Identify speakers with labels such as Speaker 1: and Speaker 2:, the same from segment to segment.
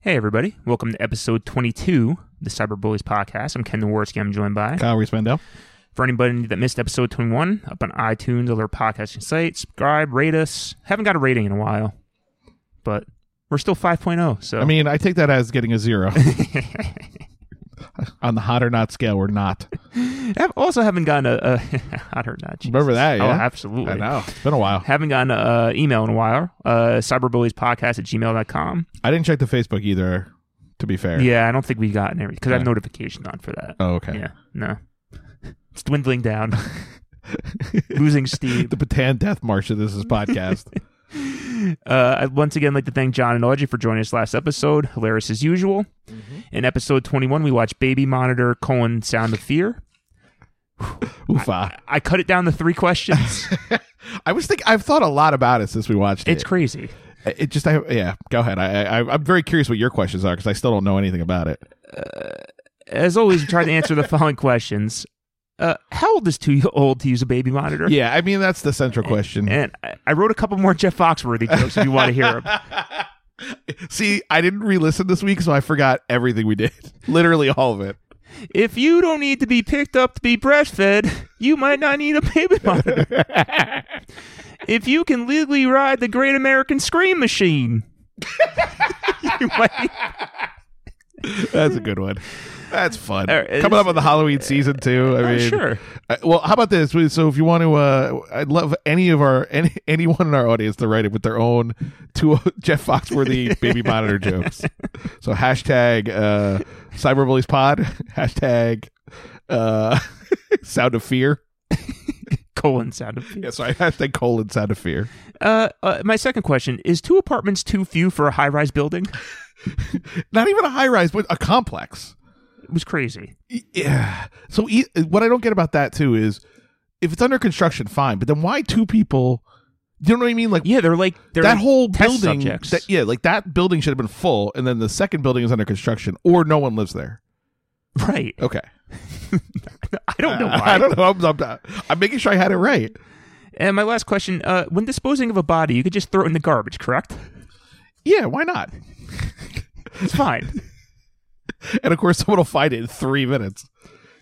Speaker 1: Hey, everybody. Welcome to episode 22 of the Cyberbullies podcast. I'm Ken Nowarski. I'm joined by.
Speaker 2: Kyle Reese Mandel.
Speaker 1: For anybody that missed episode 21, up on iTunes, other podcasting sites, subscribe, rate us. Haven't got a rating in a while, but we're still 5.0. So,
Speaker 2: I mean, I take that as getting a zero on the hot or not scale. We're not.
Speaker 1: I also haven't gotten a, a hot or not. Jesus.
Speaker 2: Remember that?
Speaker 1: Oh,
Speaker 2: yeah?
Speaker 1: absolutely.
Speaker 2: I know. It's been a while.
Speaker 1: Haven't gotten an email in a while. Uh, cyberbulliespodcast at gmail.com.
Speaker 2: I didn't check the Facebook either. To be fair.
Speaker 1: Yeah, I don't think we've gotten everything because I have
Speaker 2: Yeah.
Speaker 1: notifications on for that.
Speaker 2: Oh, okay.
Speaker 1: Yeah, no. It's dwindling down. Losing steam.
Speaker 2: The Patan Death March of this is podcast.
Speaker 1: Uh, I'd once again like to thank John and Audrey for joining us last episode. Hilarious as usual.
Speaker 2: Mm-hmm.
Speaker 1: In episode 21, we watched Baby Monitor, colon, Sound of Fear.
Speaker 2: Oofa.
Speaker 1: I cut it down to three questions.
Speaker 2: I was think I've thought a lot about it since we watched
Speaker 1: it's
Speaker 2: it.
Speaker 1: crazy.
Speaker 2: It just I yeah. Go ahead. I, I I'm very curious what your questions are because I still don't know anything about it.
Speaker 1: As always, we try to answer the following questions. Uh, how old is too old to use a baby monitor?
Speaker 2: Yeah, I mean that's the central question.
Speaker 1: And I, I wrote a couple more Jeff Foxworthy jokes if you want to hear them.
Speaker 2: See, I didn't re-listen this week, so I forgot everything we did. Literally all of it.
Speaker 1: If you don't need to be picked up to be breastfed, you might not need a baby monitor. if you can legally ride the Great American Scream Machine, you might.
Speaker 2: That's a good one. That's fun.
Speaker 1: All right,
Speaker 2: Coming up on the Halloween season too. I
Speaker 1: Oh,
Speaker 2: mean,
Speaker 1: sure.
Speaker 2: I- well, how about this? We- So, if you want to, uh, I'd love any of our any, anyone in our audience to write it with their own two Jeff Foxworthy baby monitor jokes. So hashtag uh, cyberbullies pod hashtag uh, sound of fear.
Speaker 1: Colon sound of
Speaker 2: Yeah, sorry, hashtag colon sound of fear.
Speaker 1: uh, uh, My second question is: Two apartments too few for a high-rise building?
Speaker 2: Not even a high rise, but a complex.
Speaker 1: It was crazy.
Speaker 2: Yeah. So e- what I don't get about that too is if it's under construction, fine. But then why two people? You know what I mean? Like
Speaker 1: Yeah, they're like they're
Speaker 2: that whole
Speaker 1: test
Speaker 2: building.
Speaker 1: subjects.
Speaker 2: That, yeah, like that building should have been full, and then the second building is under construction, or no one lives there.
Speaker 1: right.
Speaker 2: Okay.
Speaker 1: I don't know why.
Speaker 2: I don't know. I'm, I'm, I'm making sure I had it right.
Speaker 1: and my last question: uh, When disposing of a body, you could just throw it in the garbage, correct?
Speaker 2: Yeah. Why not?
Speaker 1: It's fine.
Speaker 2: And of course, someone will find it in three minutes.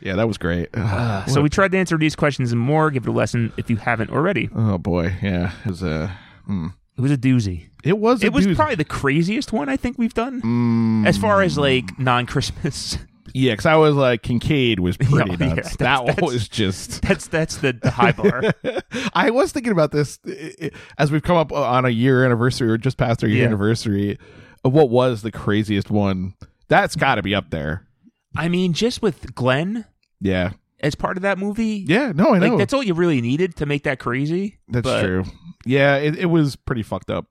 Speaker 2: Yeah, that was great. Oh, Ugh,
Speaker 1: so
Speaker 2: what
Speaker 1: we tried to answer these questions and more. Give it a lesson if you haven't already.
Speaker 2: a- oh boy. Yeah. It was a. hmm.
Speaker 1: It was a doozy.
Speaker 2: It was. a
Speaker 1: It was
Speaker 2: doozy.
Speaker 1: probably the craziest one I think we've done
Speaker 2: Mm.
Speaker 1: as far as like non-Christmas.
Speaker 2: Yeah, because I was like, Kincaid was pretty
Speaker 1: Yeah, yeah,
Speaker 2: nuts.
Speaker 1: that's-
Speaker 2: that
Speaker 1: that's-
Speaker 2: one was just.
Speaker 1: that's that's the, the high bar.
Speaker 2: I was thinking about this i- i- as we've come up on a year anniversary or just past our year
Speaker 1: Yeah.
Speaker 2: anniversary. of What was the craziest one? That's got to be up there.
Speaker 1: I mean, just with Glenn
Speaker 2: Yeah,
Speaker 1: as part of that movie,
Speaker 2: yeah. No, I know
Speaker 1: like that's all you really needed to make that crazy.
Speaker 2: that's
Speaker 1: but-
Speaker 2: true. Yeah, it, it was pretty fucked up.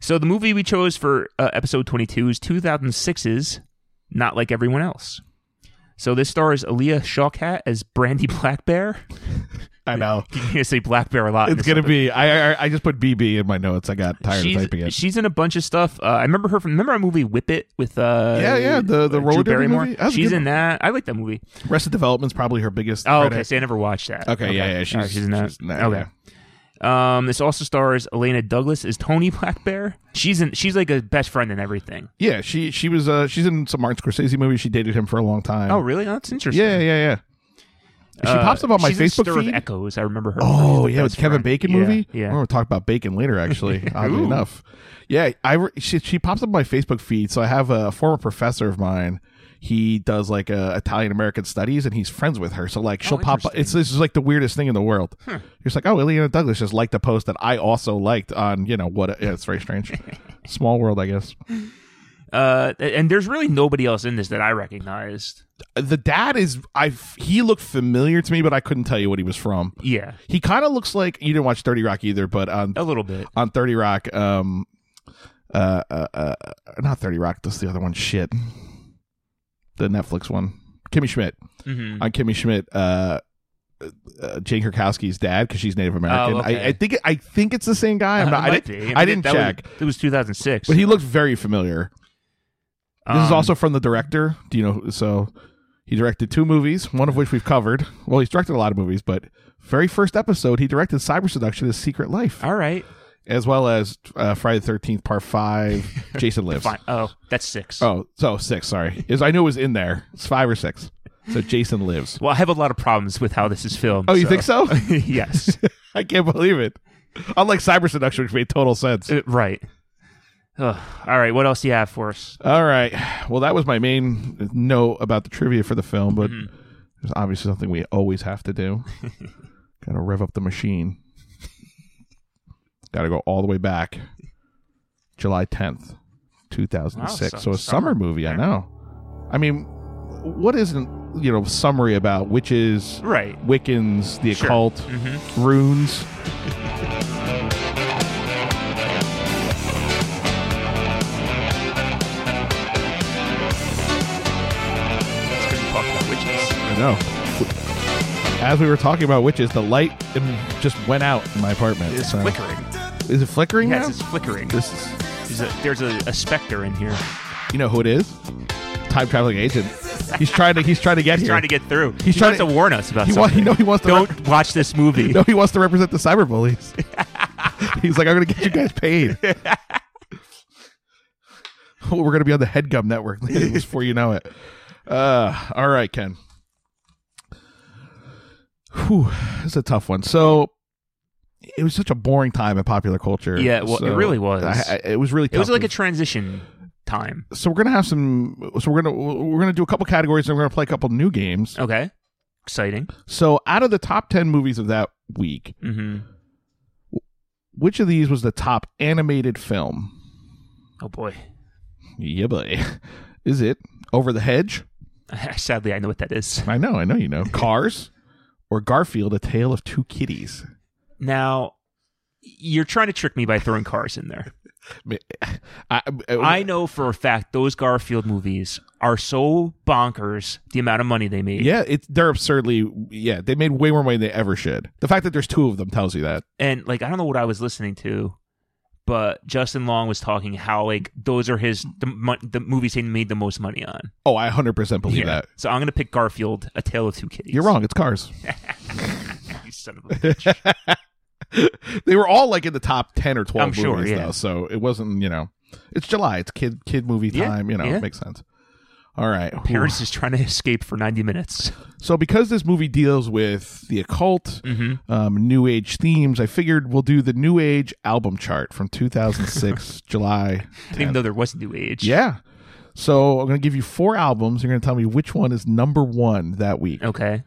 Speaker 1: So the movie we chose for uh, episode 22 is 2006's Not Like Everyone Else. So this stars Aaliyah Shawkat as Brandy Black Bear.
Speaker 2: I know.
Speaker 1: You're gonna say Black Bear a lot. in
Speaker 2: It's
Speaker 1: this
Speaker 2: gonna be. I, I I just put BB in my notes. I got tired
Speaker 1: she's,
Speaker 2: of typing it.
Speaker 1: She's in a bunch of stuff. Uh, I remember her from remember our movie Whip It with uh
Speaker 2: Yeah, yeah, the- the
Speaker 1: uh,
Speaker 2: roller
Speaker 1: Drew
Speaker 2: derby
Speaker 1: Barrymore.
Speaker 2: movie? That was a
Speaker 1: She's
Speaker 2: good
Speaker 1: in that. I like that movie.
Speaker 2: Rest of Development's probably her biggest.
Speaker 1: Oh,
Speaker 2: credit.
Speaker 1: okay. So I never watched that.
Speaker 2: Okay, yeah, yeah,
Speaker 1: All
Speaker 2: she's-
Speaker 1: she's in that.
Speaker 2: she's in that,
Speaker 1: okay. Um, this also stars Elena Douglas as Tony Black Bear. She's in. She's like a best friend in everything.
Speaker 2: Yeah, she she was. Uh, she's in some Martin Scorsese movie. She dated him for a long time.
Speaker 1: Oh, really? That's interesting.
Speaker 2: Yeah, yeah, yeah. She
Speaker 1: Uh,
Speaker 2: pops up on my
Speaker 1: she's in
Speaker 2: Facebook
Speaker 1: Stir of
Speaker 2: feed.
Speaker 1: Echoes. I remember her.
Speaker 2: Oh
Speaker 1: She's the
Speaker 2: yeah, it's
Speaker 1: best
Speaker 2: Kevin
Speaker 1: friend.
Speaker 2: Bacon
Speaker 1: Yeah,
Speaker 2: movie.
Speaker 1: Yeah.
Speaker 2: we're gonna talk about Bacon later. Actually, oddly
Speaker 1: Ooh.
Speaker 2: enough, yeah, I re- she, she pops up on my Facebook feed. So I have a former professor of mine. He does like uh, Italian American studies, and he's friends with her. So
Speaker 1: Oh,
Speaker 2: like she'll pop up.
Speaker 1: interesting.
Speaker 2: It's this is like the weirdest thing in the world. It's like oh, Ileana Douglas just liked a post that I also liked on you know what? Yeah, it's very strange. Small world, I guess. Oh.
Speaker 1: Uh, and there's really nobody else in this that I recognized.
Speaker 2: The dad is I. He looked familiar to me, but I couldn't tell you what he was from.
Speaker 1: Yeah,
Speaker 2: He kind of looks like you didn't watch Dirty Rock either, but um,
Speaker 1: a
Speaker 2: on
Speaker 1: little bit.
Speaker 2: on Thirty Rock, um, uh, uh, uh, not Thirty Rock. That's the other one. Shit, the Netflix one. Kimmy Schmidt
Speaker 1: hmm
Speaker 2: on Kimmy Schmidt. Uh, uh, Jane Krakowski's dad because she's Native American.
Speaker 1: Oh, okay. Uh,
Speaker 2: I, I think I think it's the same guy. I'm not. I didn't, I didn't check,
Speaker 1: Was, it was 2006.
Speaker 2: but he looked very familiar. This is
Speaker 1: Um,
Speaker 2: also from the director. Do you know? So he directed two movies, one of which we've covered. Well, he's directed a lot of movies, but very first episode he directed Cyber Seduction: His Secret Life.
Speaker 1: all right.
Speaker 2: as well as uh, Friday the Thirteenth Part Five. Jason lives.
Speaker 1: Fine. Oh, that's six.
Speaker 2: Oh, so six. Sorry, is I knew it was in there. It's five or six. So Jason lives.
Speaker 1: Well, I have a lot of problems with how this is filmed.
Speaker 2: Oh, you think so?
Speaker 1: yes.
Speaker 2: I can't believe it. Unlike Cyber Seduction, which made total sense.
Speaker 1: Uh, right. Ugh. All right. What else do you have for us?
Speaker 2: All right. Well, that was my main note about the trivia for the film, but
Speaker 1: Mm-hmm.
Speaker 2: there's obviously something we always have to do. Gotta rev up the machine. Gotta go all the way back. July 10th, 2006.
Speaker 1: Wow, so-
Speaker 2: so a summer,
Speaker 1: summer.
Speaker 2: movie, I
Speaker 1: Yeah.
Speaker 2: know. I mean, what isn't, you know, summary about witches,
Speaker 1: Right.
Speaker 2: Wiccans, the
Speaker 1: Sure. Mm-hmm.
Speaker 2: occult, runes?
Speaker 1: Let's go talk about witches.
Speaker 2: I know. As we were talking about witches, the light um, just went out in my apartment.
Speaker 1: It's
Speaker 2: so-
Speaker 1: flickering.
Speaker 2: Is it flickering
Speaker 1: Yes,
Speaker 2: now?
Speaker 1: it's flickering.
Speaker 2: This is,
Speaker 1: There's a, there's a, a specter in here.
Speaker 2: you know who it is? Time traveling agent. He's trying to. He's trying to get
Speaker 1: He's
Speaker 2: here.
Speaker 1: trying to get through.
Speaker 2: He's
Speaker 1: he
Speaker 2: trying
Speaker 1: wants
Speaker 2: to-
Speaker 1: to, warn us about
Speaker 2: He wa-
Speaker 1: something.
Speaker 2: he know he wants to
Speaker 1: Don't watch this movie.
Speaker 2: No, he wants to represent the cyberbullies. he's like, I'm going to get you guys paid. Oh, We're going to be on the HeadGum network before you know it. Uh, all right, Ken. Whew, it's a tough one. So it was such a boring time in popular culture.
Speaker 1: Yeah, well, it
Speaker 2: So
Speaker 1: really was.
Speaker 2: I, I, it was really.
Speaker 1: It was
Speaker 2: tough.
Speaker 1: like a transition time.
Speaker 2: so we're gonna have some. So we're gonna we're gonna do a couple categories and we're gonna play a couple new games.
Speaker 1: Okay. Exciting.
Speaker 2: So out of the top ten movies of that week,
Speaker 1: hmm
Speaker 2: which of these was the top animated film?
Speaker 1: Oh, boy.
Speaker 2: Yeah, boy. Is it Over the Hedge?
Speaker 1: Sadly, I know what that is.
Speaker 2: I know, I know, you know. Cars or Garfield: A Tale of Two Kitties?
Speaker 1: Now, you're trying to trick me by throwing cars in there.
Speaker 2: I, I,
Speaker 1: I know for a fact those Garfield movies are so bonkers the amount of money they made.
Speaker 2: yeah, it's they're absurdly yeah. They made way more money than they ever should. The fact that there's two of them tells you that.
Speaker 1: And like I don't know what I was listening to, but Justin Long was talking how like those are his the, mo- the movies he made the most money on.
Speaker 2: Oh, I 100% believe that.
Speaker 1: So I'm gonna pick Garfield, A Tale of Two Kitties.
Speaker 2: You're wrong. It's Cars.
Speaker 1: you son of a bitch.
Speaker 2: they were all like in the top 10 or 12
Speaker 1: I'm sure,
Speaker 2: movies
Speaker 1: yeah.
Speaker 2: though so it wasn't you know it's july it's kid kid movie
Speaker 1: Yeah,
Speaker 2: time you know
Speaker 1: yeah.
Speaker 2: it makes sense all right
Speaker 1: Parents is trying to escape for 90 minutes.
Speaker 2: so because this movie deals with the occult
Speaker 1: Mm-hmm.
Speaker 2: um, new age themes i figured we'll do the new age album chart from 2006 july
Speaker 1: Even though there was New Age.
Speaker 2: yeah so i'm going to give you four albums you're going to tell me which one is number one that week
Speaker 1: Okay.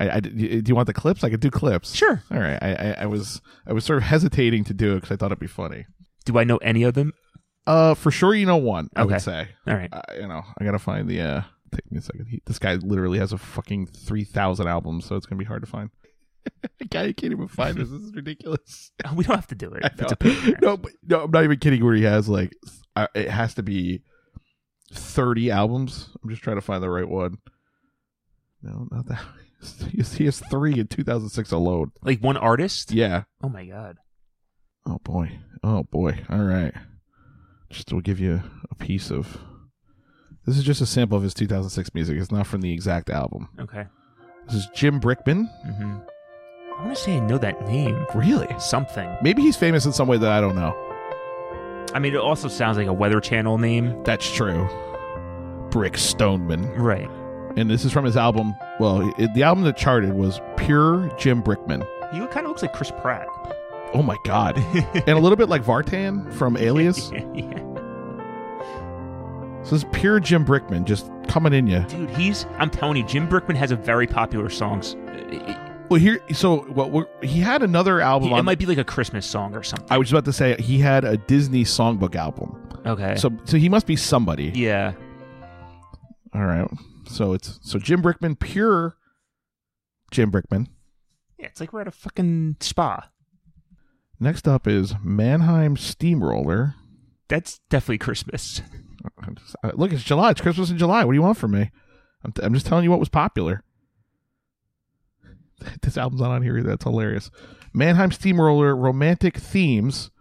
Speaker 2: I, I- do you want the clips i could do clips
Speaker 1: Sure.
Speaker 2: all right I, I, I was i was sort of hesitating to do it because i thought it'd be funny
Speaker 1: Do I know any of them?
Speaker 2: Uh, for sure, you know one. I
Speaker 1: Okay.
Speaker 2: would say.
Speaker 1: All right.
Speaker 2: Uh, you know, I gotta find the. uh Take me a second. He, this guy literally has a fucking three thousand albums, so it's gonna be hard to find. guy, you can't even find this. This is ridiculous.
Speaker 1: We don't have to do it. If it's a
Speaker 2: No,
Speaker 1: pain.
Speaker 2: no, but- no, I'm not even kidding. Where he has like, uh, it has to be thirty albums. I'm just trying to find the right one. No, not that. He has- He has three in 2006 alone.
Speaker 1: Like one artist?
Speaker 2: Yeah.
Speaker 1: Oh my god.
Speaker 2: Oh boy. Oh boy. All right. Just to give you a piece of. This is just a sample of his 2006 music. It's not from the exact album.
Speaker 1: Okay.
Speaker 2: This is Jim Brickman.
Speaker 1: hmm I want to say I know that name.
Speaker 2: Really?
Speaker 1: Something.
Speaker 2: Maybe he's famous in some way that I don't know.
Speaker 1: I mean, it also sounds like a Weather Channel name.
Speaker 2: That's true. Brick Stoneman.
Speaker 1: Right.
Speaker 2: And this is from his album. Well, it, the album that charted was Pure Jim Brickman.
Speaker 1: He kind of looks like Chris Pratt.
Speaker 2: Oh my God. and a little bit like Vartan from Alias.
Speaker 1: Yeah.
Speaker 2: So this is Pure Jim Brickman just coming in you.
Speaker 1: Dude, he's. I'm telling you, Jim Brickman has a very popular songs. It,
Speaker 2: Well, here. So what? We're, he had another album.
Speaker 1: it
Speaker 2: on
Speaker 1: might be like a Christmas song or something.
Speaker 2: I was about to say he had a Disney songbook album.
Speaker 1: Okay.
Speaker 2: So so he must be somebody.
Speaker 1: yeah.
Speaker 2: All right. So it's so Jim Brickman, pure Jim Brickman.
Speaker 1: Yeah, it's like we're at a fucking spa.
Speaker 2: Next up is Mannheim Steamroller.
Speaker 1: That's definitely Christmas.
Speaker 2: I'm just- uh, Look, it's July. It's Christmas in July. What do you want from me? I'm, t- I'm just telling you what was popular. This album's not on here either. That's hilarious. Mannheim Steamroller, romantic themes.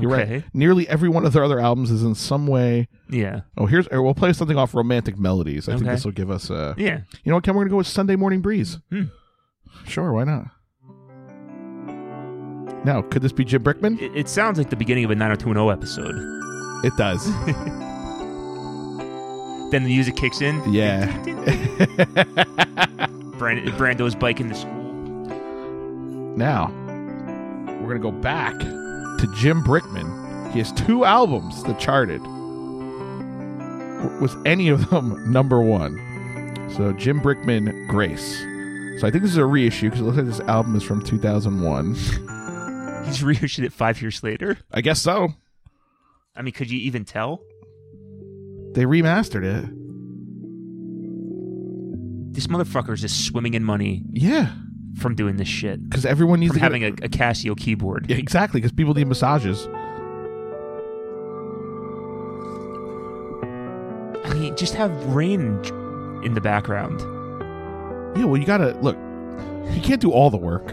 Speaker 2: You're right.
Speaker 1: Okay.
Speaker 2: Nearly every one of their other albums is in some way.
Speaker 1: Yeah.
Speaker 2: Oh, here's or we'll play something off romantic melodies. I think
Speaker 1: Okay.
Speaker 2: this will give us a.
Speaker 1: Yeah.
Speaker 2: You know what, Ken? We're gonna go with Sunday Morning Breeze.
Speaker 1: Hmm.
Speaker 2: Sure, why not? Now, could this be Jim Brickman?
Speaker 1: It, it sounds like the beginning of a 90210 episode.
Speaker 2: It does.
Speaker 1: Then the music kicks in.
Speaker 2: Yeah.
Speaker 1: Brand- Brando's biking to school.
Speaker 2: Now, we're going to go back to Jim Brickman. He has two albums that charted. W- Was any of them number one? So, Jim Brickman, Grace. So, I think this is a reissue because it looks like this album is from 2001.
Speaker 1: He's reissued it five years later.
Speaker 2: I guess so.
Speaker 1: I mean, could you even tell?
Speaker 2: They remastered it.
Speaker 1: This motherfucker is just swimming in money
Speaker 2: Yeah.
Speaker 1: from doing this shit.
Speaker 2: Because everyone needs
Speaker 1: From
Speaker 2: to
Speaker 1: having
Speaker 2: get-
Speaker 1: a, a Casio keyboard.
Speaker 2: Yeah, exactly, because people need massages.
Speaker 1: I mean, just have rain in the background.
Speaker 2: Yeah, well, you gotta look. You can't do all the work.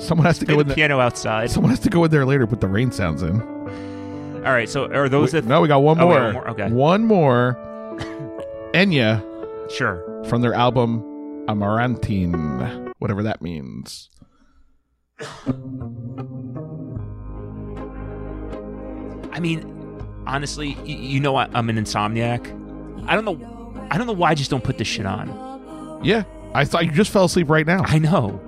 Speaker 2: Someone has to
Speaker 1: Play
Speaker 2: go
Speaker 1: the
Speaker 2: in. there.
Speaker 1: piano outside.
Speaker 2: Someone has to go in there later. and Put the rain sounds in.
Speaker 1: All right, so are those
Speaker 2: Wait,
Speaker 1: the.
Speaker 2: no, we got one
Speaker 1: Oh, we
Speaker 2: more.
Speaker 1: got one more, okay.
Speaker 2: One more. Enya
Speaker 1: Sure.
Speaker 2: from their album Amarantine, whatever that means.
Speaker 1: I mean, honestly, you, you know I, I'm an insomniac. I don't know. I don't know why I just don't put this shit on.
Speaker 2: Yeah, I thought you just fell asleep right now.
Speaker 1: I know.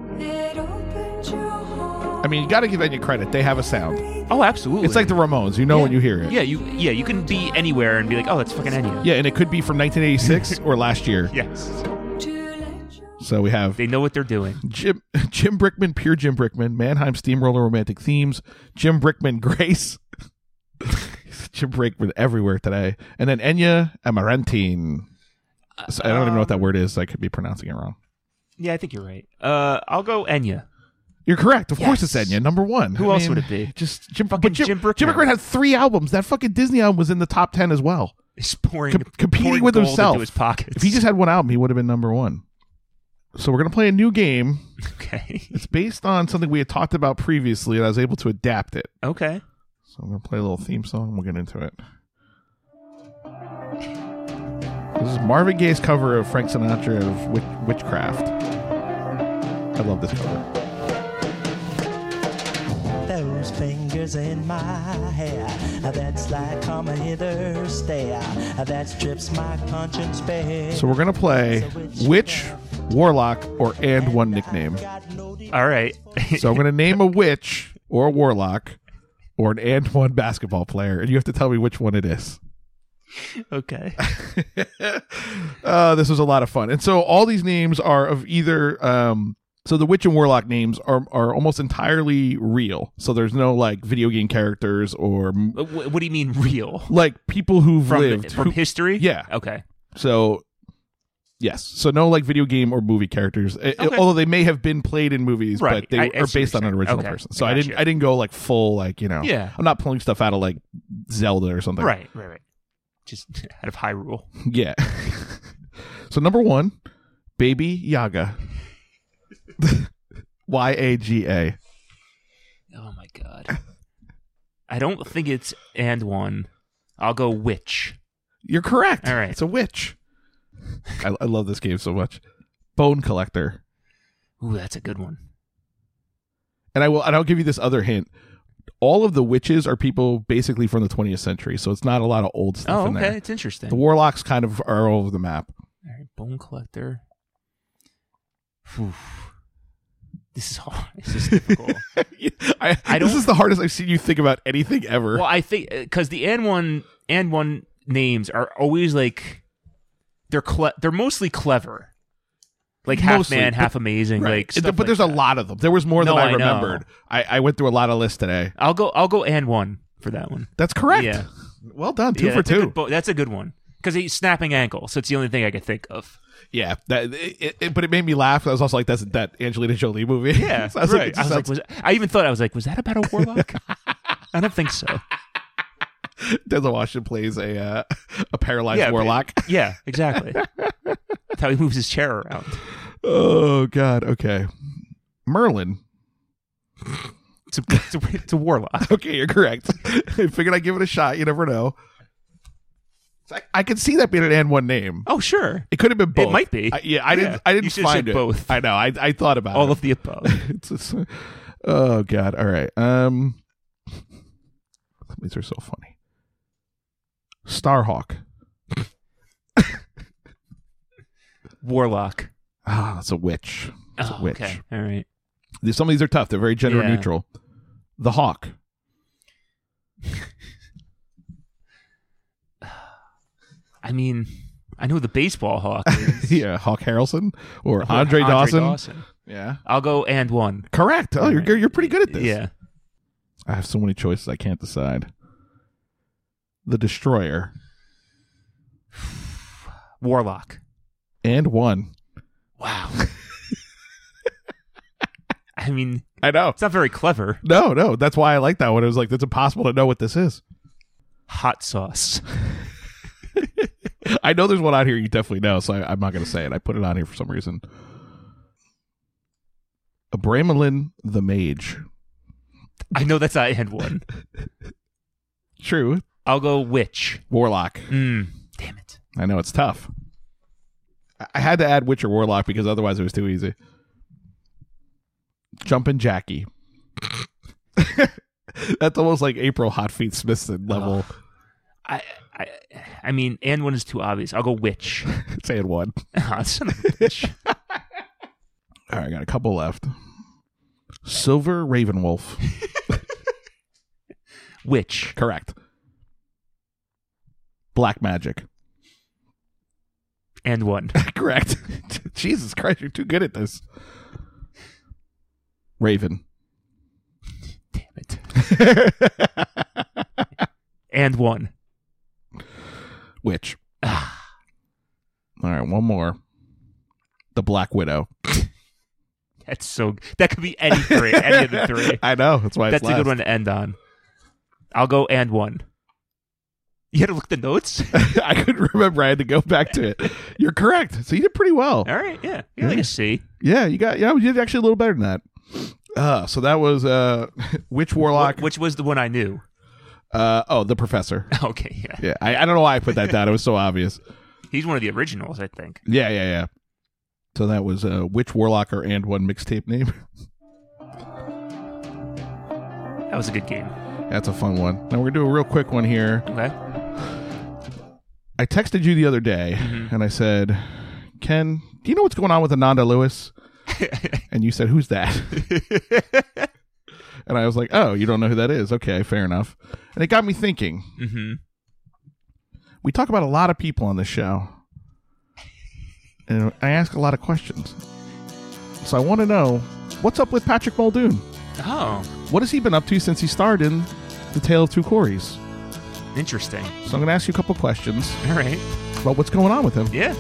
Speaker 2: I mean, you got to give Enya credit. They have a sound.
Speaker 1: Oh, absolutely.
Speaker 2: It's like the Ramones. You know when you hear it.
Speaker 1: Yeah, you yeah you can be anywhere and be like, oh, that's fucking Enya.
Speaker 2: Yeah, and it could be from 1986 or last year.
Speaker 1: Yes,
Speaker 2: So we have
Speaker 1: they know what they're doing.
Speaker 2: Jim Jim Brickman, pure Jim Brickman, Mannheim Steamroller Romantic Themes, Jim Brickman Grace. Jim Brickman everywhere today. And then Enya Amarantine. So I don't even know what
Speaker 1: Um,
Speaker 2: that word is. so I could be pronouncing it wrong.
Speaker 1: Yeah, I think you're right. Uh, I'll go Enya.
Speaker 2: You're correct. Of course it's
Speaker 1: Yes.
Speaker 2: Enya, number one.
Speaker 1: Who
Speaker 2: I
Speaker 1: else
Speaker 2: mean,
Speaker 1: would it be?
Speaker 2: Just Jim,
Speaker 1: Fucking
Speaker 2: but Jim,
Speaker 1: Jim
Speaker 2: Jim
Speaker 1: Brickman.
Speaker 2: Brickman. had three albums. That fucking Disney album was in the top ten as well.
Speaker 1: He's pouring,
Speaker 2: Com- competing
Speaker 1: pouring
Speaker 2: with
Speaker 1: gold
Speaker 2: himself.
Speaker 1: into his pockets.
Speaker 2: If he just had one album, he would have been number one. So we're gonna play a new game.
Speaker 1: okay,
Speaker 2: It's based on something we had talked about previously, and I was able to adapt it.
Speaker 1: okay.
Speaker 2: So I'm gonna play a little theme song. and We'll get into it. This is Marvin Gaye's cover of Frank Sinatra of Witch- Witchcraft. I love this cover.
Speaker 3: Those fingers in my hair, that's like karma hither stare, that strips my conscience bare.
Speaker 2: So we're gonna play Witch, Warlock, or and one nickname.
Speaker 3: Got no de-
Speaker 1: All right.
Speaker 2: So I'm gonna name a witch or a warlock or an and one basketball player, and you have to tell me which one it is.
Speaker 1: okay.
Speaker 2: uh, this was a lot of fun. And so all these names are of either um so the witch and warlock names are are almost entirely real. So there's no like video game characters or m-
Speaker 1: But wh- what do you mean real?
Speaker 2: like people who've
Speaker 1: From
Speaker 2: lived.
Speaker 1: from
Speaker 2: who-
Speaker 1: history?
Speaker 2: Yeah.
Speaker 1: Okay.
Speaker 2: so yes, so no like video game or movie characters. I- I-
Speaker 1: Okay.
Speaker 2: although they may have been played in movies,
Speaker 1: Right.
Speaker 2: but they
Speaker 1: I- I see
Speaker 2: are
Speaker 1: what
Speaker 2: based
Speaker 1: you're
Speaker 2: on an
Speaker 1: saying.
Speaker 2: original
Speaker 1: Okay.
Speaker 2: person. So
Speaker 1: I
Speaker 2: I
Speaker 1: got
Speaker 2: didn't
Speaker 1: you.
Speaker 2: I didn't go like full like you know.
Speaker 1: Yeah.
Speaker 2: I'm not pulling stuff out of like Zelda or something.
Speaker 1: right. Right. Right. Just out of high rule.
Speaker 2: Yeah. so number one, baby Yaga. Y A G A.
Speaker 1: Oh my god. I don't think it's and one. I'll go witch.
Speaker 2: You're correct.
Speaker 1: All right.
Speaker 2: It's a witch. I, I love this game so much. Bone collector.
Speaker 1: Ooh, that's a good one.
Speaker 2: And I will and I'll give you this other hint. All of the witches are people basically from the 20th century, so it's not a lot of old
Speaker 1: Oh,
Speaker 2: stuff in
Speaker 1: okay.
Speaker 2: there.
Speaker 1: It's interesting.
Speaker 2: The warlocks kind of are all over the map.
Speaker 1: All right, bone collector. Phew. This is hard. This is difficult.
Speaker 2: I,
Speaker 1: I
Speaker 2: this
Speaker 1: don't-
Speaker 2: is the hardest I've seen you think about anything ever.
Speaker 1: well, I think because the and one and one names are always like they're cle- they're mostly clever, like half
Speaker 2: Mostly,
Speaker 1: man,
Speaker 2: but-
Speaker 1: half amazing.
Speaker 2: Right.
Speaker 1: Like,
Speaker 2: It-
Speaker 1: stuff
Speaker 2: but
Speaker 1: like
Speaker 2: there's
Speaker 1: that.
Speaker 2: a lot of them. There was more
Speaker 1: No,
Speaker 2: than I,
Speaker 1: I know.
Speaker 2: remembered. I, I went through a lot of lists today.
Speaker 1: I'll go. I'll go and one for that one.
Speaker 2: That's correct.
Speaker 1: Yeah.
Speaker 2: Well done. Two
Speaker 1: Yeah,
Speaker 2: for
Speaker 1: that's a
Speaker 2: two.
Speaker 1: good bo- that's a good one because he's snapping ankle, so it's the only thing I could think of.
Speaker 2: yeah. That, it, it, but it made me laugh. I was also like, that's that Angelina Jolie movie.
Speaker 1: Yeah,
Speaker 2: So I was like, it
Speaker 1: I,
Speaker 2: just
Speaker 1: was like,
Speaker 2: sounds-
Speaker 1: was, I even thought I was like, was that about a warlock? I don't think so.
Speaker 2: Denzel Washington plays a uh, a paralyzed
Speaker 1: Yeah, but-
Speaker 2: warlock.
Speaker 1: Yeah, exactly. That's how he moves his chair around.
Speaker 2: oh, God. Okay. Merlin.
Speaker 1: It's a, it's a, it's a warlock.
Speaker 2: Okay, you're correct. I figured I'd give it a shot. You never know. So I, I could see that being an and one name.
Speaker 1: Oh, sure.
Speaker 2: It could have been both.
Speaker 1: might be.
Speaker 2: I, yeah, I
Speaker 1: Yeah.
Speaker 2: didn't. I
Speaker 1: You
Speaker 2: didn't
Speaker 1: should've
Speaker 2: find
Speaker 1: said
Speaker 2: it.
Speaker 1: both.
Speaker 2: I know. I, I thought about it.
Speaker 1: All of the above.
Speaker 2: it's, it's, Oh God! All right. Um, these are so funny. Starhawk.
Speaker 1: Warlock.
Speaker 2: Ah, it's a witch. It's
Speaker 1: Oh,
Speaker 2: a witch.
Speaker 1: okay. All right.
Speaker 2: These- Some of these are tough. They're very gender
Speaker 1: Yeah.
Speaker 2: neutral. The Hawk.
Speaker 1: I mean, I know the baseball hawk. is.
Speaker 2: Yeah, Hawk Harrelson or Andre, Dawson. Yeah,
Speaker 1: I'll go and one.
Speaker 2: correct. Oh, you're you're pretty good at this.
Speaker 1: Yeah.
Speaker 2: I have so many choices. I can't decide. The Destroyer
Speaker 1: Warlock.
Speaker 2: and one.
Speaker 1: Wow. I mean,
Speaker 2: I know.
Speaker 1: it's not very clever.
Speaker 2: No, no. That's why I like that one. It was like it's impossible to know what this is.
Speaker 1: Hot sauce.
Speaker 2: I know there's one out here you definitely know, so I, I'm not going to say it. I put it on here for some reason. Abramelin the Mage.
Speaker 1: I know that's not and one.
Speaker 2: True.
Speaker 1: I'll go witch.
Speaker 2: Warlock.
Speaker 1: Mm. Damn it.
Speaker 2: I know it's tough. I- I had to add Witcher Warlock because otherwise it was too easy. Jumpin' Jackie. That's almost like April Hot Feet Smithson level.
Speaker 1: I, I, I mean, and one is too obvious. I'll go witch.
Speaker 2: Saying one.
Speaker 1: Ah, Son of a bitch.
Speaker 2: All right, I got a couple left. Silver Ravenwolf.
Speaker 1: witch.
Speaker 2: Correct. Black Magic.
Speaker 1: And one.
Speaker 2: Correct. Jesus Christ, you're too good at this. Raven.
Speaker 1: Damn it. And one.
Speaker 2: Witch. All right, one more. The Black Widow.
Speaker 1: That's so. That could be any three. any of the three.
Speaker 2: I know. That's why
Speaker 1: That's
Speaker 2: it's
Speaker 1: a good one
Speaker 2: last.
Speaker 1: to end on. I'll go and one. You had to look at the notes.
Speaker 2: I couldn't remember. I had to go back to it. You're correct. So you did pretty well.
Speaker 1: All right, yeah, you like a C.
Speaker 2: Yeah, you got. Yeah, you did actually a little better than that. Uh, so that was uh, Witch Warlock.
Speaker 1: Which was the one I knew.
Speaker 2: Uh, oh, the Professor.
Speaker 1: Okay, yeah,
Speaker 2: Yeah, I, I don't know why I put that down. It was so obvious.
Speaker 1: he's one of the originals, I think.
Speaker 2: Yeah, yeah, yeah. So that was uh, Witch Warlocker and one mixtape name.
Speaker 1: That was a good game.
Speaker 2: That's a fun one. Now we're gonna do a real quick one here.
Speaker 1: Okay,
Speaker 2: I texted you the other day and I said, Ken, do you know what's going on with Ananda Lewis? and you said, Who's that? and I was like, Oh, you don't know who that is. Okay, fair enough. And it got me thinking.
Speaker 1: mm-hmm.
Speaker 2: We talk about a lot of people on this show, and I ask a lot of questions. So I want to know what's up with Patrick Muldoon?
Speaker 1: Oh,
Speaker 2: What has he been up to since he starred in The Tale of Two Corys?
Speaker 1: interesting.
Speaker 2: So I'm going to ask you a couple questions
Speaker 1: All right,
Speaker 2: about what's going on with him.
Speaker 1: yeah,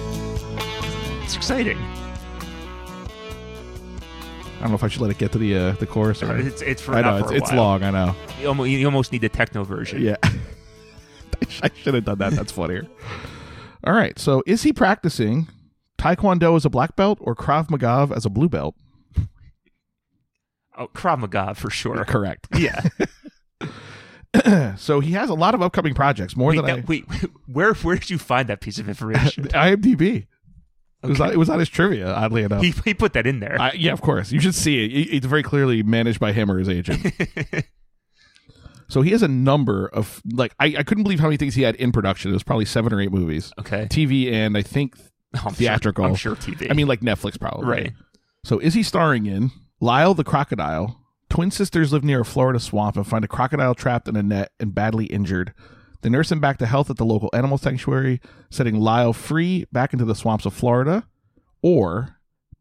Speaker 1: it's exciting.
Speaker 2: I don't know if I should let it get to the uh, the chorus. Or...
Speaker 1: It's it's for,
Speaker 2: I know
Speaker 1: not
Speaker 2: it's,
Speaker 1: for a
Speaker 2: it's
Speaker 1: while.
Speaker 2: long. I know.
Speaker 1: You almost, you almost need the techno version.
Speaker 2: Yeah, I sh- I should have done that. That's funnier. All right. So, is he practicing Taekwondo as a black belt or Krav Maga as a blue belt?
Speaker 1: oh, Krav Maga for sure.
Speaker 2: Correct.
Speaker 1: Yeah.
Speaker 2: So he has a lot of upcoming projects. More
Speaker 1: Wait,
Speaker 2: than
Speaker 1: that-
Speaker 2: I.
Speaker 1: wait, where where did you find that piece of information?
Speaker 2: IMDb. It was
Speaker 1: Okay.
Speaker 2: on, it was on his trivia. Oddly enough.
Speaker 1: he, he put that in there.
Speaker 2: I, yeah, of course. You should see it. It- It's very clearly managed by him or his agent. so he has a number of like I, I couldn't believe how many things he had in production. It was probably seven or eight movies,
Speaker 1: okay.
Speaker 2: TV, and I think
Speaker 1: Oh, I'm sure-
Speaker 2: theatrical.
Speaker 1: I'm sure TV.
Speaker 2: I mean like Netflix probably.
Speaker 1: Right.
Speaker 2: So is he starring in Lyle the Crocodile? Twin sisters live near a Florida swamp and find a crocodile trapped in a net and badly injured. They nurse him back to health at the local animal sanctuary, setting Lyle free back into the swamps of Florida. Or